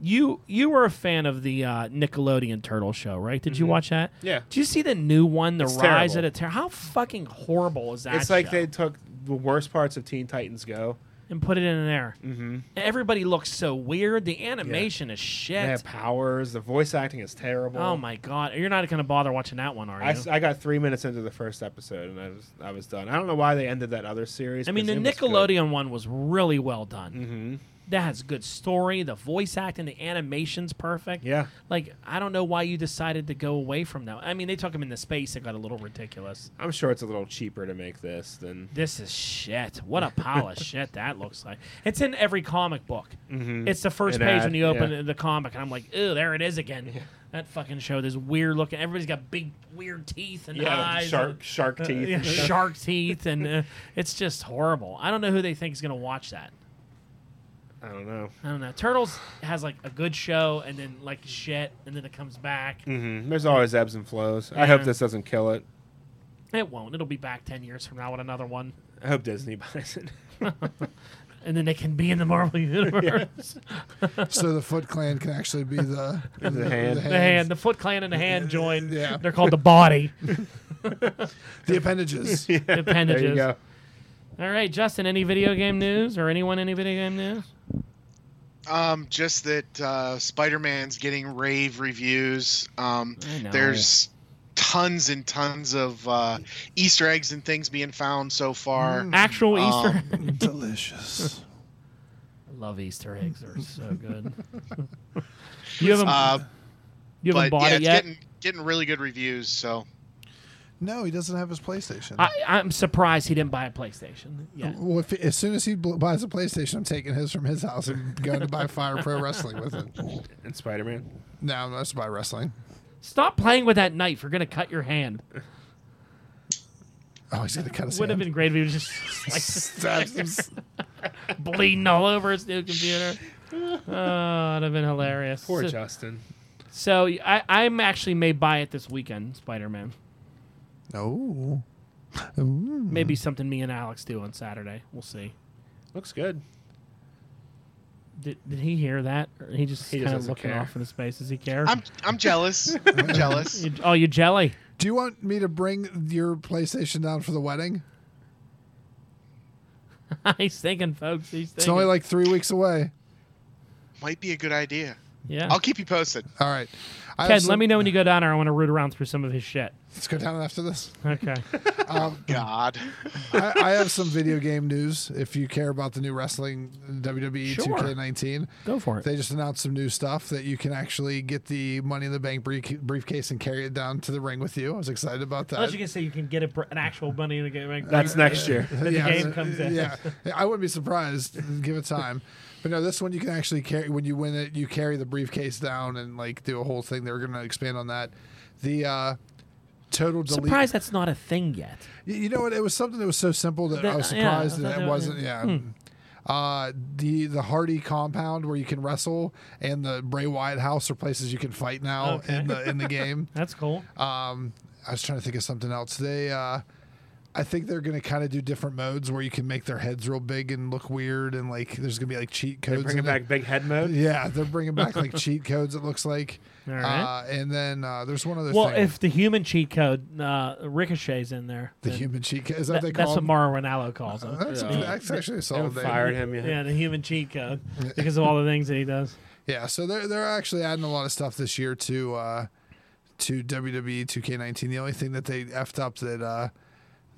S2: you you were a fan of the uh, Nickelodeon Turtle Show, right? Did you watch that?
S4: Mm-hmm. Yeah.
S2: Did you see the new one, The
S4: It's
S2: Rise
S4: terrible.
S2: of the Terror? How fucking horrible is that?
S4: It's like
S2: show?
S4: they took the worst parts of Teen Titans Go.
S2: and put it in there. Mm-hmm. Everybody looks so weird. The animation is
S4: They
S2: shit.
S4: have powers. The voice acting is terrible.
S2: Oh my god, you're not gonna bother watching that one, are you?
S4: I, s- I got three minutes into the first episode and I was I was done. I don't know why they ended that other series.
S2: I mean, the
S4: 'cause it was good. Mm.
S2: Nickelodeon one was really well done. Mm-hmm. That has good story. The voice acting, the animation's perfect.
S4: Yeah.
S2: Like, I don't know why you decided to go away from that. I mean, they took him into space. It got a little ridiculous.
S4: I'm sure it's a little cheaper to make this than
S2: This is shit. What a pile
S4: [laughs]
S2: of shit that looks like. It's in every comic book. Mm-hmm. It's the first
S4: An
S2: page
S4: ad,
S2: when you open
S4: yeah.
S2: the comic, and I'm like, ew, there it is again. That fucking show. This weird looking. Everybody's got big, weird teeth and eyes.
S4: shark shark
S2: and-
S4: teeth.
S2: [laughs] Uh, yeah, shark teeth, and uh, it's just horrible. I don't know who they think is gonna watch that.
S4: I don't know.
S2: I don't know. Turtles has like a good show and then like shit and then it comes back.
S4: hmm There's always ebbs and flows. I
S2: Yeah.
S4: hope this doesn't kill it.
S2: It won't. It'll be back 10 years from now with another one.
S4: I hope Disney [laughs] buys it.
S2: And then they can be in the Marvel [laughs]
S3: [laughs]
S2: universe.
S1: So the Foot Clan can actually be the
S4: [laughs] The hand.
S2: The hand, the Foot Clan and the hand join.
S1: Yeah.
S2: [laughs] They're called the
S3: [laughs]
S2: body.
S1: the
S4: [laughs]
S1: appendages.
S2: The appendages.
S4: there you go.
S2: All right, Justin, any video game news or anyone any video game news?
S3: Um, just that uh, Spider-Man's getting rave reviews. Um,
S2: I know.
S3: there's tons and tons of uh, Easter eggs and things being found so far.
S2: Actual
S3: [laughs] Um,
S2: Easter.
S1: Delicious.
S2: I love Easter eggs. They're so good. [laughs] you haven't,
S3: Uh,
S2: you haven't
S3: but
S2: bought
S3: yeah,
S2: it
S3: it's
S2: yet?
S3: getting getting really good reviews. So
S1: No, he doesn't have his PlayStation.
S2: I, I'm surprised he didn't buy a PlayStation. Yeah.
S1: well, if, as soon as he bl- buys a PlayStation, I'm taking his from his house and going to buy Fire Pro Wrestling with it.
S4: And Spider Man.
S2: [laughs]
S1: No, I'm not to buy wrestling.
S2: Stop playing with that knife. You're going to cut your hand.
S1: Oh, he's gonna cut his
S2: Would have
S1: hand.
S2: been great if he was just like
S1: Stabs him.
S3: [laughs]
S2: bleeding all over his new computer. Oh, it'd have been hilarious.
S4: Poor
S2: so,
S4: Justin.
S2: so I, I'm actually may buy it this weekend, Spider Man.
S1: Oh. Ooh.
S2: Maybe something me and Alex do on Saturday. We'll see.
S4: Looks good.
S2: Did, did he hear that? Or he just
S4: He
S2: kind
S4: just
S2: of
S4: doesn't
S2: looking
S4: care.
S2: off into space. Does he care?
S3: I'm
S2: [laughs]
S3: I'm jealous. I'm jealous.
S2: You- oh, you jelly. [laughs]
S1: Do you want me to bring your PlayStation down for the wedding?
S2: he's thinking, folks. He's thinking.
S1: It's only like three weeks away.
S3: Might be a good idea.
S2: yeah.
S3: I'll keep you posted.
S1: All right. I
S2: Ken,
S1: have
S2: let
S1: some-
S2: me know when you go down there. I want to root around through some of his shit.
S1: Let's go down after this. [laughs]
S2: Okay. [laughs]
S3: God.
S1: I, I have some video game news. If you care about the new wrestling E WWE
S2: Sure.
S1: 2K19,
S2: Go for it.
S1: they just announced some new stuff that you can actually get the Money in the Bank brief- briefcase and carry it down to the ring with you. I was excited about that.
S2: Unless you can say you can get a, br- an actual bunny in the game.
S4: That's next year.
S2: the
S1: yeah,
S2: game comes in.
S1: Yeah, Yeah, I wouldn't be surprised. Give it time. But no, this one you can actually carry when you win it. You carry the briefcase down and like do a whole thing. They're going to expand on that. The uh, total delete.
S2: Surprised that's not a thing yet.
S1: Y- You know what? It was something that was so simple that
S2: That- uh,
S1: I was
S2: yeah, I
S1: surprised
S2: thought
S1: that
S2: that- Hmm.
S1: it wasn't. Yeah. Uh, the the Hardy compound where you can wrestle and the Bray Wyatt house are places you can fight now
S2: Okay. [laughs]
S1: in the in the game.
S2: That's cool.
S1: Um, I was trying to think of something else. They uh, I think they're going to kind of do different modes where you can make their heads real big and look weird, and like there's going to be like cheat codes.
S4: Bringing
S1: in it.
S4: back big head mode.
S1: Yeah, they're bringing back
S2: [laughs]
S1: like cheat codes. It looks like.
S2: All right.
S1: Uh, and then uh, there's one other
S2: Well,
S1: thing.
S2: if the human cheat code uh, ricochets in there,
S1: the
S2: then
S1: human cheat code is that,
S2: that-
S1: they
S2: that's
S1: call Uh-huh.
S2: what
S1: them?
S2: Mauro Ranallo calls them.
S1: that's,
S4: Yeah.
S1: that's actually a
S4: They
S1: solid name.
S4: fired him. Yeah.
S2: yeah, the human cheat code because of all the things that he does.
S1: Yeah, so they're they're actually adding a lot of stuff this year to uh, to E WWE 2K19. The only thing that they effed up that uh,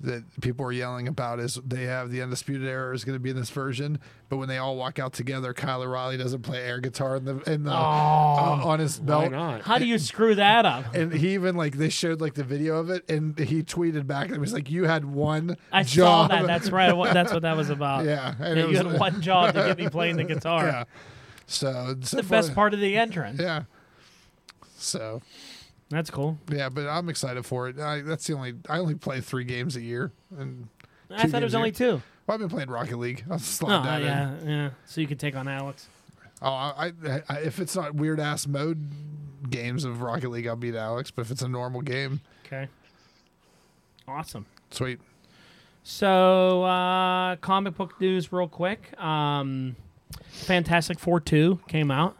S1: that people are yelling about is they have the undisputed era is going to be in this version, but when they all walk out together, Kyle O'Reilly doesn't play air guitar in the in
S2: Oh,
S1: the uh, on his
S4: Why
S1: belt.
S4: not?
S2: How do you screw that up?
S1: And he even like they showed like the video of it, and he tweeted back and was like, "You had one
S2: I
S1: job."
S2: saw that. That's right. What- That's what that was about.
S1: [laughs] yeah, and
S2: Yeah,
S1: it
S2: you
S1: was-
S2: had one job to get me playing the
S1: [laughs]
S2: guitar.
S1: Yeah, so, so
S2: That's the
S1: far-
S2: best part of the entrance.
S1: Yeah, so
S2: That's cool.
S1: Yeah, but I'm excited for it. I, that's the only I only play three games a year, and
S2: I
S1: Two
S2: thought it
S1: games
S2: was
S1: a
S2: only
S1: year.
S2: two.
S1: well, I've been playing Rocket League. I'll slide
S2: Oh,
S1: that in.
S2: yeah, yeah. So you can take on Alex.
S1: Oh, I, I, I, if it's not weird ass mode games of Rocket League, I'll beat Alex. But if it's a normal game,
S2: Okay. Awesome.
S1: sweet.
S2: So, uh, comic book news, real quick. Um, Fantastic Four two came out.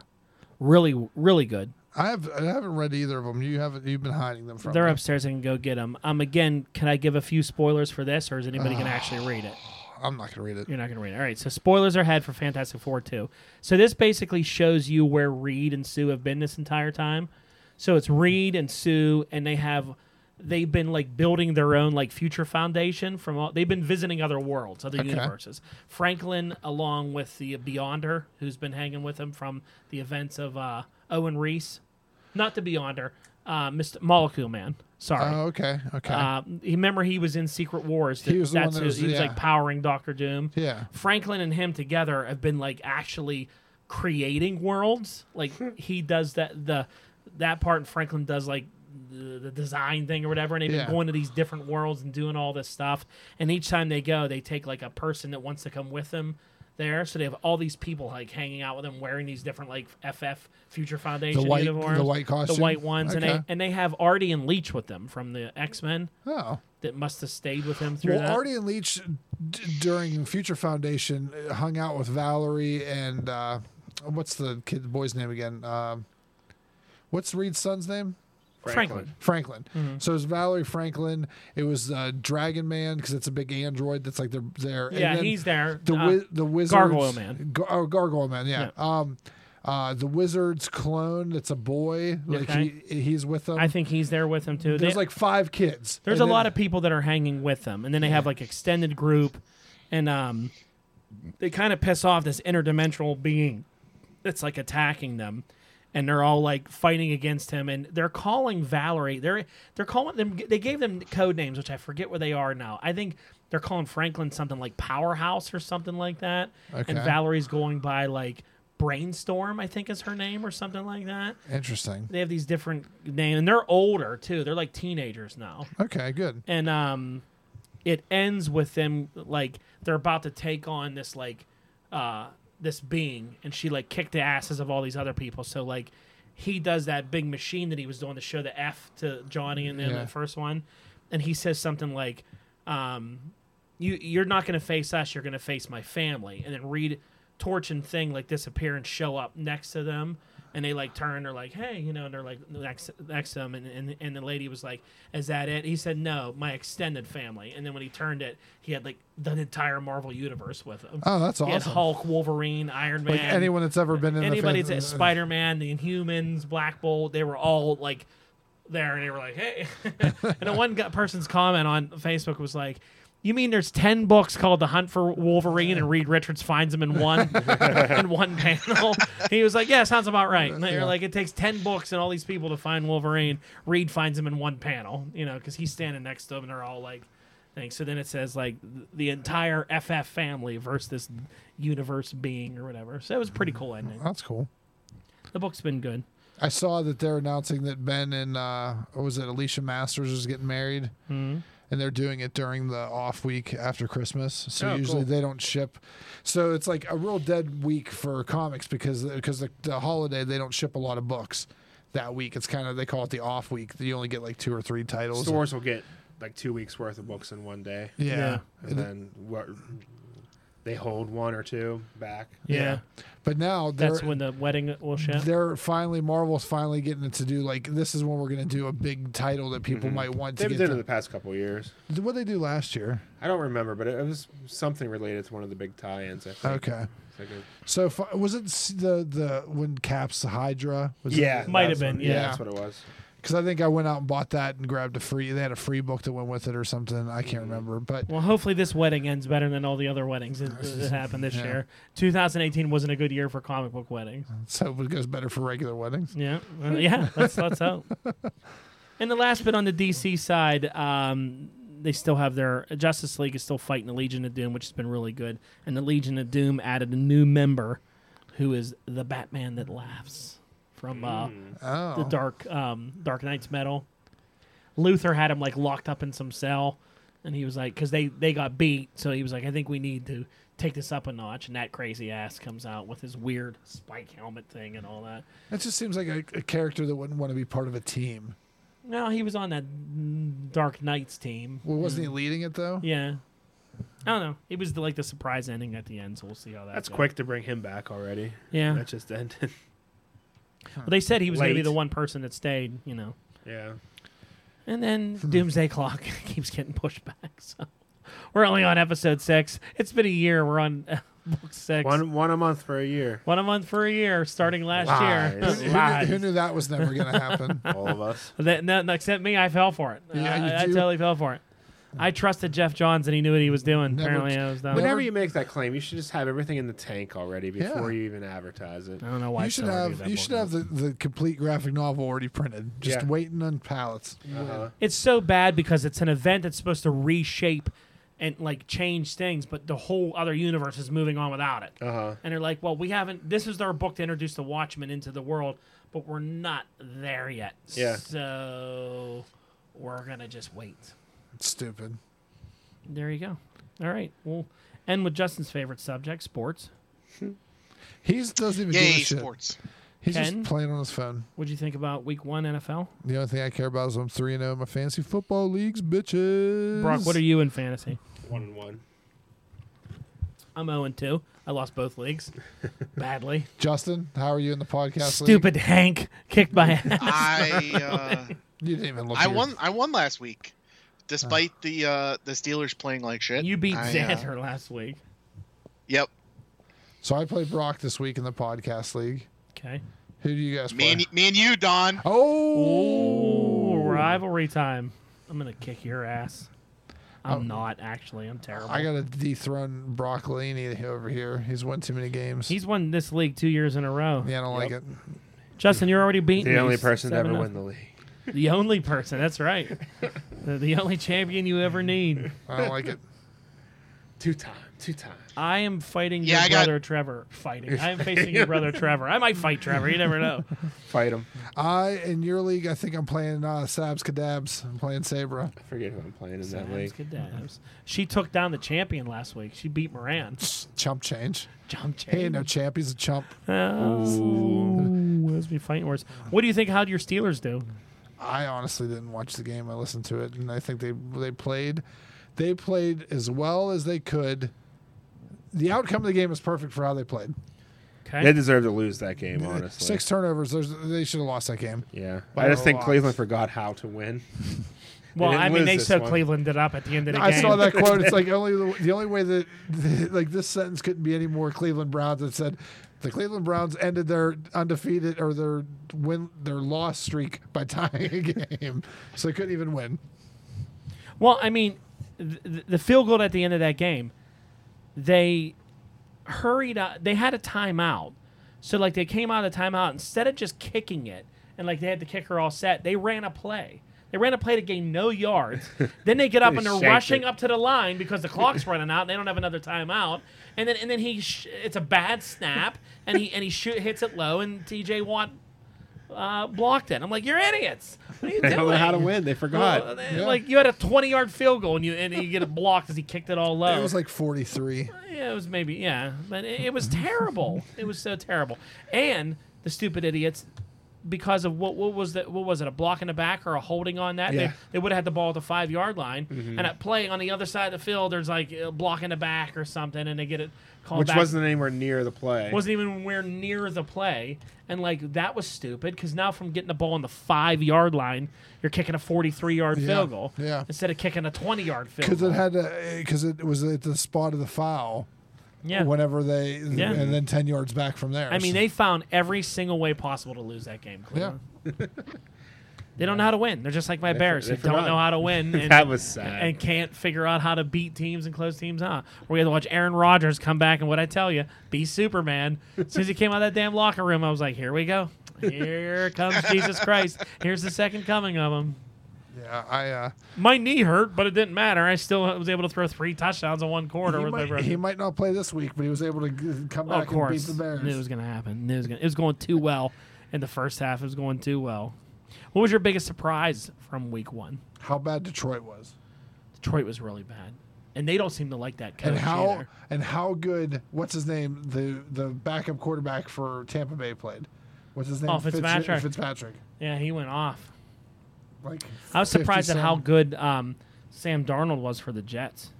S2: Really, really good.
S1: I have I haven't read either of them. You haven't. You've been hiding them from.
S2: They're
S1: me.
S2: upstairs. I can go get them. Um, again, can I give a few spoilers for this, or is anybody gonna actually read it?
S1: I'm not gonna read it.
S2: You're not gonna read it. All right. So spoilers are ahead for Fantastic Four two. So this basically shows you where Reed and Sue have been this entire time. So it's Reed and Sue, and they have they've been like building their own like future foundation from all. They've been visiting other worlds, other
S1: Okay.
S2: universes. Franklin, along with the Beyonder, who's been hanging with him from the events of uh, Owen Reese, not the Beyonder, uh, Mr. Molecule Man. Sorry.
S1: Oh, okay, okay.
S2: Uh, remember, he was in Secret Wars.
S1: He was the one
S2: That's
S1: that
S2: who-
S1: was-
S2: he was
S1: yeah.
S2: like powering Doctor Doom.
S1: yeah.
S2: Franklin and him together have been like actually creating worlds.
S1: [laughs]
S2: Like he does that the that part, and Franklin does like the, the design thing or whatever, and they've
S1: Yeah.
S2: been going to these different worlds and doing all this stuff. And each time they go, they take like a person that wants to come with them there. So they have all these people like hanging out with them, wearing these different like FF Future Foundation
S1: white- the
S2: uniforms,
S1: white costume?
S2: the white ones, and
S1: Okay.
S2: they and they have Artie and Leech with them from the X Men
S1: Oh.
S2: that must have stayed with him through
S1: Well,
S2: that.
S1: Artie and Leach d- during Future Foundation uh, hung out with Valerie and uh, what's the kid the boy's name again? Um, what's Reed's son's name?
S2: Franklin.
S1: Franklin.
S2: Mm-hmm.
S1: So it was Valerie Franklin. It was uh, Dragon Man because it's a big android that's like they're there.
S2: Yeah, he's there.
S1: the
S2: Uh,
S1: wi- the wizards
S2: Gargoyle Man.
S1: Gar- oh, Gargoyle Man. Yeah. Um, uh, the wizard's clone. That's a boy. Like
S2: Okay.
S1: he he's with them.
S2: I think he's there with him too.
S1: Um, there's
S2: They-
S1: like five kids.
S2: There's
S1: And
S2: a
S1: then-
S2: lot of people that are hanging with them, and then they have like extended group, and um, they kind of piss off this interdimensional being that's like attacking them, and they're all like fighting against him, and they're calling Valerie. They're they're calling them. They gave them code names, which I forget where they are now. I think they're calling Franklin something like Powerhouse or something like that, and
S1: Okay.
S2: Valerie's going by like Brainstorm, I think is her name or something like that.
S1: Interesting.
S2: They have these different names, and they're older too. They're like teenagers now
S1: Okay, good.
S2: and um it ends with them like they're about to take on this like uh this being and she like kicked the asses of all these other people so like he does that big machine that he was doing to show the f to johnny and then
S1: Yeah.
S2: the first one and he says something like um you you're not going to face us you're going to face my family and then read torch and thing like disappear and show up next to them and they like turn they're like hey you know and they're like next next to them and, and and the lady was like is that it he said no my extended family and then when he turned it he had like the entire marvel universe with him
S1: Oh, that's
S2: he has
S1: awesome.
S2: hulk wolverine iron man
S1: Like anyone that's ever been in
S2: anybody
S1: the fan-
S2: that's spider-man the inhumans black bolt they were all like there and they were like hey [laughs] and the one guy, person's comment on facebook was like you mean there's 10 books called the hunt for wolverine and reed richards finds them in one [laughs] in one panel [laughs] he was like yeah sounds about right and they're
S1: Yeah.
S2: like it takes 10 books and all these people to find wolverine reed finds him in one panel you know because he's standing next to them and they're all like things so then it says like th- the entire ff family versus this universe being or whatever so it was a pretty cool ending
S1: That's cool.
S2: the book's been good
S1: I saw that they're announcing that Ben and uh, what was it Alicia Masters is getting married,
S2: Hmm.
S1: and they're doing it during the off week after Christmas. So
S4: Oh,
S1: usually
S4: cool.
S1: they don't ship. So it's like a real dead week for comics because because the, the holiday they don't ship a lot of books that week. It's kind of they call it the off week. You only get like two or three titles.
S4: Stores will get like two weeks worth of books in one day,
S1: Yeah.
S4: and then what they hold one or two back.
S2: Yeah.
S1: But now they're
S2: That's when the wedding will shut.
S1: they're finally Marvel's finally getting it to do like this is when we're gonna do a big title that
S2: Mm-hmm.
S1: people might want to
S4: They've
S1: get.
S4: done it
S1: Them.
S4: the past couple of years.
S1: What they do last year?
S4: I don't remember, but it was something related to one of the big tie-ins. I think.
S1: Okay.
S4: It's like a-
S1: So fi- was it s- the the when Caps the Hydra? Was
S4: yeah,
S2: Might have
S4: that's
S2: been,
S4: what-
S2: yeah.
S4: that's what it was.
S1: Because I think I went out and bought that and grabbed a free. They had a free book that went with it or something. I
S4: Mm.
S1: can't remember, but [laughs]
S2: Well, hopefully this wedding ends better than all the other weddings that, that happened this
S1: Yeah. Uh-huh.
S2: year. 2018 wasn't a good year for comic book weddings.
S1: so it goes better for regular weddings.
S2: Yeah, uh, yeah. Let's let's hope. [laughs] And the last bit on the DC side, um, they still have their Justice League is still fighting the Legion of Doom, which has been really good. And the Legion of Doom added a new member, who is the Batman that laughs from uh,
S1: Oh,
S2: the Dark um, Dark Knight's Metal. Luther had him like locked up in some cell, and he was like, because they they got beat, so he was like, I think we need to take this up a notch. And that crazy ass comes out with his weird spike helmet thing and all that.
S1: that just seems like a, a character that wouldn't want to be part of a team.
S2: No, he was on that mm, Dark Knights team.
S1: Well, wasn't he
S4: Mm.
S1: leading it though?
S2: Yeah. I don't know. It was the, like the surprise ending at the end, so we'll see how that.
S4: That's
S2: goes.
S4: quick to bring him back already.
S2: Yeah,
S4: That just ended.
S2: well, they said he was going to be
S4: Late.
S2: the one person that stayed, you know.
S4: [laughs] yeah.
S1: [laughs]
S2: And then Doomsday Clock [laughs] keeps getting pushed back. So we're only on episode six. It's been a year. We're on uh, book six. One,
S4: One one a month for a year.
S2: a month for a year, starting last
S1: Who,
S4: Lies.
S1: who
S2: year.
S1: knew,
S2: Lies.
S1: who knew that was never going
S2: [laughs]
S1: to happen?
S4: [laughs] All of us.
S2: That, no, no, except me, I fell for it.
S1: Yeah,
S2: I-
S1: you
S2: I,
S1: do.
S2: totally fell for it. I trusted Jeff Johns, and he knew what he was doing.
S1: Never-
S2: Apparently, I was dumb.
S4: Whenever you make that claim, you should just have everything in the tank already before
S1: Yeah.
S4: you even advertise it.
S2: I don't know why
S1: you should
S2: someone did
S1: have
S2: that
S1: you
S2: book.
S1: should have the, the complete graphic novel already printed, just
S4: Yeah.
S1: waiting on pallets.
S4: Uh-huh.
S2: It's so bad because it's an event that's supposed to reshape and like change things, but the whole other universe is moving on without it.
S4: Uh-huh.
S2: And they're like, well, we haven't. This is our book to introduce the Watchmen into the world, but we're not there yet.
S4: Yeah.
S2: So we're gonna just wait.
S1: It's stupid.
S2: There you go. All right. We'll end with Justin's favorite subject, sports.
S1: He doesn't even give
S3: Yay,
S1: a shit.
S3: sports.
S1: He's
S2: Ken?
S1: just playing on his phone.
S2: What'd you think about Week One NFL?
S1: The only thing I care about is I'm three and zero in my fantasy football leagues, bitches.
S2: Brock, what are you in fantasy?
S4: One and one.
S2: I'm 0 and 2. I lost both
S3: [laughs]
S2: leagues badly.
S1: Justin? How are you in the podcast?
S2: Stupid Hank kicked
S3: [laughs]
S2: my ass. [laughs]
S3: I uh,
S1: league? You didn't even look.
S3: I
S1: at your-
S3: won. I won last week, despite the uh, the Steelers playing like shit.
S2: You beat
S3: I, uh,
S2: Xander last week.
S3: Yep.
S1: So I played Brock this week in the podcast league.
S2: Okay.
S1: Who do you guys
S3: Me
S1: play?
S3: and, me and you, Don.
S1: oh,
S2: Ooh, rivalry time. I'm gonna kick your ass. I'm
S1: Um,
S2: not actually. I'm terrible.
S1: I gotta dethrone Broccolini over here. He's won too many games.
S2: He's won this league two years in a row.
S1: yeah, I don't like
S4: Yep.
S1: it.
S2: Justin, you're already beaten.
S4: The
S2: me.
S4: only person to ever
S2: Seven
S4: win
S2: nothing.
S4: the league.
S2: The only person. That's right. the, the only champion you ever need.
S1: I don't
S2: [laughs]
S1: like it.
S4: Two time. Two time.
S2: I am fighting
S3: Yeah,
S2: your
S3: I got-
S2: brother Trevor. Fighting. I am facing your brother Trevor. I might fight Trevor. You never know.
S4: Fight him.
S1: I in your league, I think I'm playing uh, Sabs Kadabs. I'm playing Sabra.
S4: I forget who I'm playing in that
S2: Dabs,
S4: league.
S2: good dabs. She took down the champion last week. She beat Moran. [laughs]
S1: Chump change.
S2: Jump
S1: He ain't
S2: champion.
S1: no champ. He's a chump.
S2: [laughs] Oh, that's me fighting words. What do you think? How'd your Steelers do?
S1: I honestly didn't watch the game. I listened to it, and I think they they played they played as well as they could. The outcome of the game is perfect for how they played.
S2: Okay.
S4: They deserve to lose that game, honestly.
S1: Six turnovers. There's, they should have lost that game.
S4: Yeah.
S1: a
S4: I just think
S1: lot.
S4: Cleveland forgot how to win.
S2: well,
S4: didn't
S2: I mean,
S4: lose
S2: they
S4: this
S2: so
S4: one.
S2: Cleveland it up at the end of the
S1: I
S2: game.
S1: saw that quote.
S2: [laughs]
S1: It's like only the, the only way that [laughs] like this sentence couldn't be any more Cleveland Browns. It said the Cleveland Browns ended their undefeated or their win their loss streak by tying a game, so they couldn't even win.
S2: Well, I mean, the, the field goal at the end of that game, they hurried up. They had a timeout. So, like, they came out of the timeout. Instead of just kicking it and, like, they had the kicker all set, they ran a play. They ran a play to gain no
S4: [laughs]
S2: yards. then they get up
S4: They
S2: and
S4: shanked
S2: they're rushing
S4: it.
S2: up to the line because the clock's running out. And they don't have another timeout. And then and then he sh- it's a bad snap and he and he shoot, hits it low and T.J. Watt uh, blocked it. I'm like, you're idiots. What are you
S4: They
S2: doing?
S4: don't know [laughs] how to win. They forgot.
S2: Well,
S1: Yeah.
S2: Like you had a 20 yard field goal and you and you get it blocked as he kicked it all low.
S1: It was like 43.
S2: yeah, it was maybe yeah, but it, it was terrible. it was so terrible. And the stupid idiots because of what what was that what was it a block in the back or a holding on that
S4: Yeah.
S2: they, they would have had the ball at the five yard line
S1: Mm-hmm.
S2: and at play on the other side of the field there's like a block in the back or something and they get it called
S4: which
S2: back
S4: wasn't anywhere near the play.
S2: wasn't even anywhere near the play and like that was stupid because now from getting the ball on the five yard line you're kicking a 43 yard
S1: Yeah,
S2: field goal
S1: yeah.
S2: instead of kicking a 20 yard field
S1: because
S2: goal
S1: it had to because it was at the spot of the foul
S2: yeah
S1: whenever they
S2: Yeah.
S1: and then 10 yards back from there
S2: I mean, they found every single way possible to lose that game.
S1: yeah
S2: Cleveland. They don't know how to win. They're just like my
S4: for-
S2: Bears.
S4: they
S2: They, don't
S4: forgot.
S2: know how to
S4: [laughs]
S2: win. And,
S4: that was sad.
S2: and can't figure out how to beat teams and close teams out. We had to watch Aaron Rodgers come back and what I tell you, be Superman. As soon as he came out of that damn locker room, I was like, here we go. Here comes Jesus Christ. Here's the second coming of him.
S1: yeah i uh
S2: My knee hurt, but it didn't matter. I still was able to throw three touchdowns in one quarter.
S1: he
S2: with my
S1: might,
S2: brother.
S1: he might not play this week but he was able to g- come
S2: Oh,
S1: back
S2: of
S1: and beat
S2: course,
S1: the bears
S2: knew it was going to happen. Knew it was, gonna, it was going too well in the first half. It was going too well. What was your biggest surprise from Week One?
S1: how bad detroit was
S2: Detroit was really bad, and they don't seem to like that coach
S1: and how
S2: either.
S1: and how good what's his name the the backup quarterback for tampa bay played what's his name
S2: Oh, Fitzpatrick.
S1: fitzpatrick
S2: Yeah, he went off.
S1: like
S2: I was surprised at how
S1: 57.
S2: good um, Sam Darnold was for the Jets.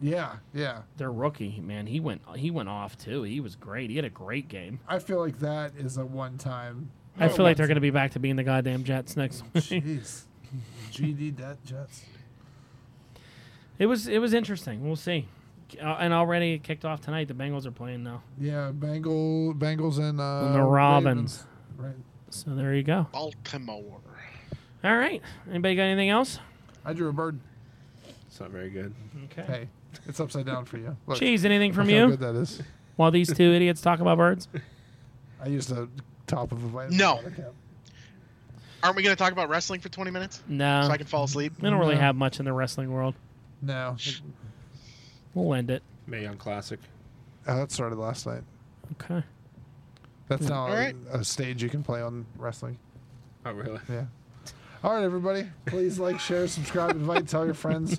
S1: yeah yeah
S2: Their rookie man, he went he went off too. He was great. He had a great game.
S1: i feel like that is a one time
S2: I feel like they're going to be back to being the goddamn Jets next week.
S1: Oh, [laughs] jeez gd debt jets
S2: it was it was interesting. We'll see. Uh, and already it kicked off tonight. The Bengals are playing now.
S1: yeah bengal bengals and uh
S2: And the Robins.
S1: right
S2: So there you go.
S3: Baltimore.
S2: All right. Anybody got anything else?
S1: i drew a bird
S4: it's not very good.
S2: Okay.
S1: hey it's upside down for you Look,
S2: Cheese, anything
S1: look
S2: from
S1: how
S2: you
S1: good that is
S2: while these two idiots talk
S1: [laughs]
S2: about birds?
S1: i used the top of a vitamin
S3: No.
S1: water cap.
S3: Aren't we going to talk about wrestling for 20 minutes so
S2: No.
S3: I can fall asleep?
S2: We don't really
S1: No.
S2: have much in the wrestling world.
S1: no
S2: We'll end it.
S4: May Young Classic.
S1: oh, that started last night
S2: Okay.
S1: That's now
S3: Mm. All right.
S1: a, a stage you can play on wrestling.
S4: Oh really?
S1: Yeah. All right, everybody. Please like, share, subscribe, invite, tell your friends.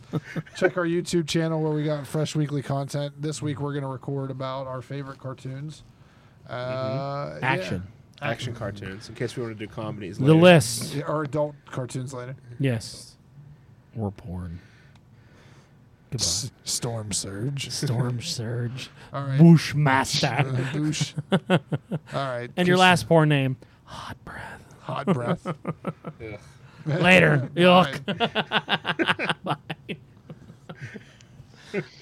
S1: Check our YouTube channel where we got fresh weekly content. This week we're going to record about our favorite cartoons. Uh, yeah.
S2: Mm-hmm. Action.
S4: Action cartoons. In case we want to do comedies.
S2: The
S4: later.
S2: list.
S1: Yeah, or adult cartoons later.
S2: Yes. Or porn. Goodbye.
S1: Storm Surge.
S2: [laughs] Storm Surge.
S1: All right. [laughs]
S2: Bushmaster.
S1: Uh,
S2: [laughs]
S1: boosh. All right.
S2: And your
S1: Just
S2: last porn name. Hot breath.
S1: hot breath.
S4: Ugh.
S2: [laughs]
S1: [laughs]
S2: Later. [laughs]
S1: All right.
S2: Yuck. Bye.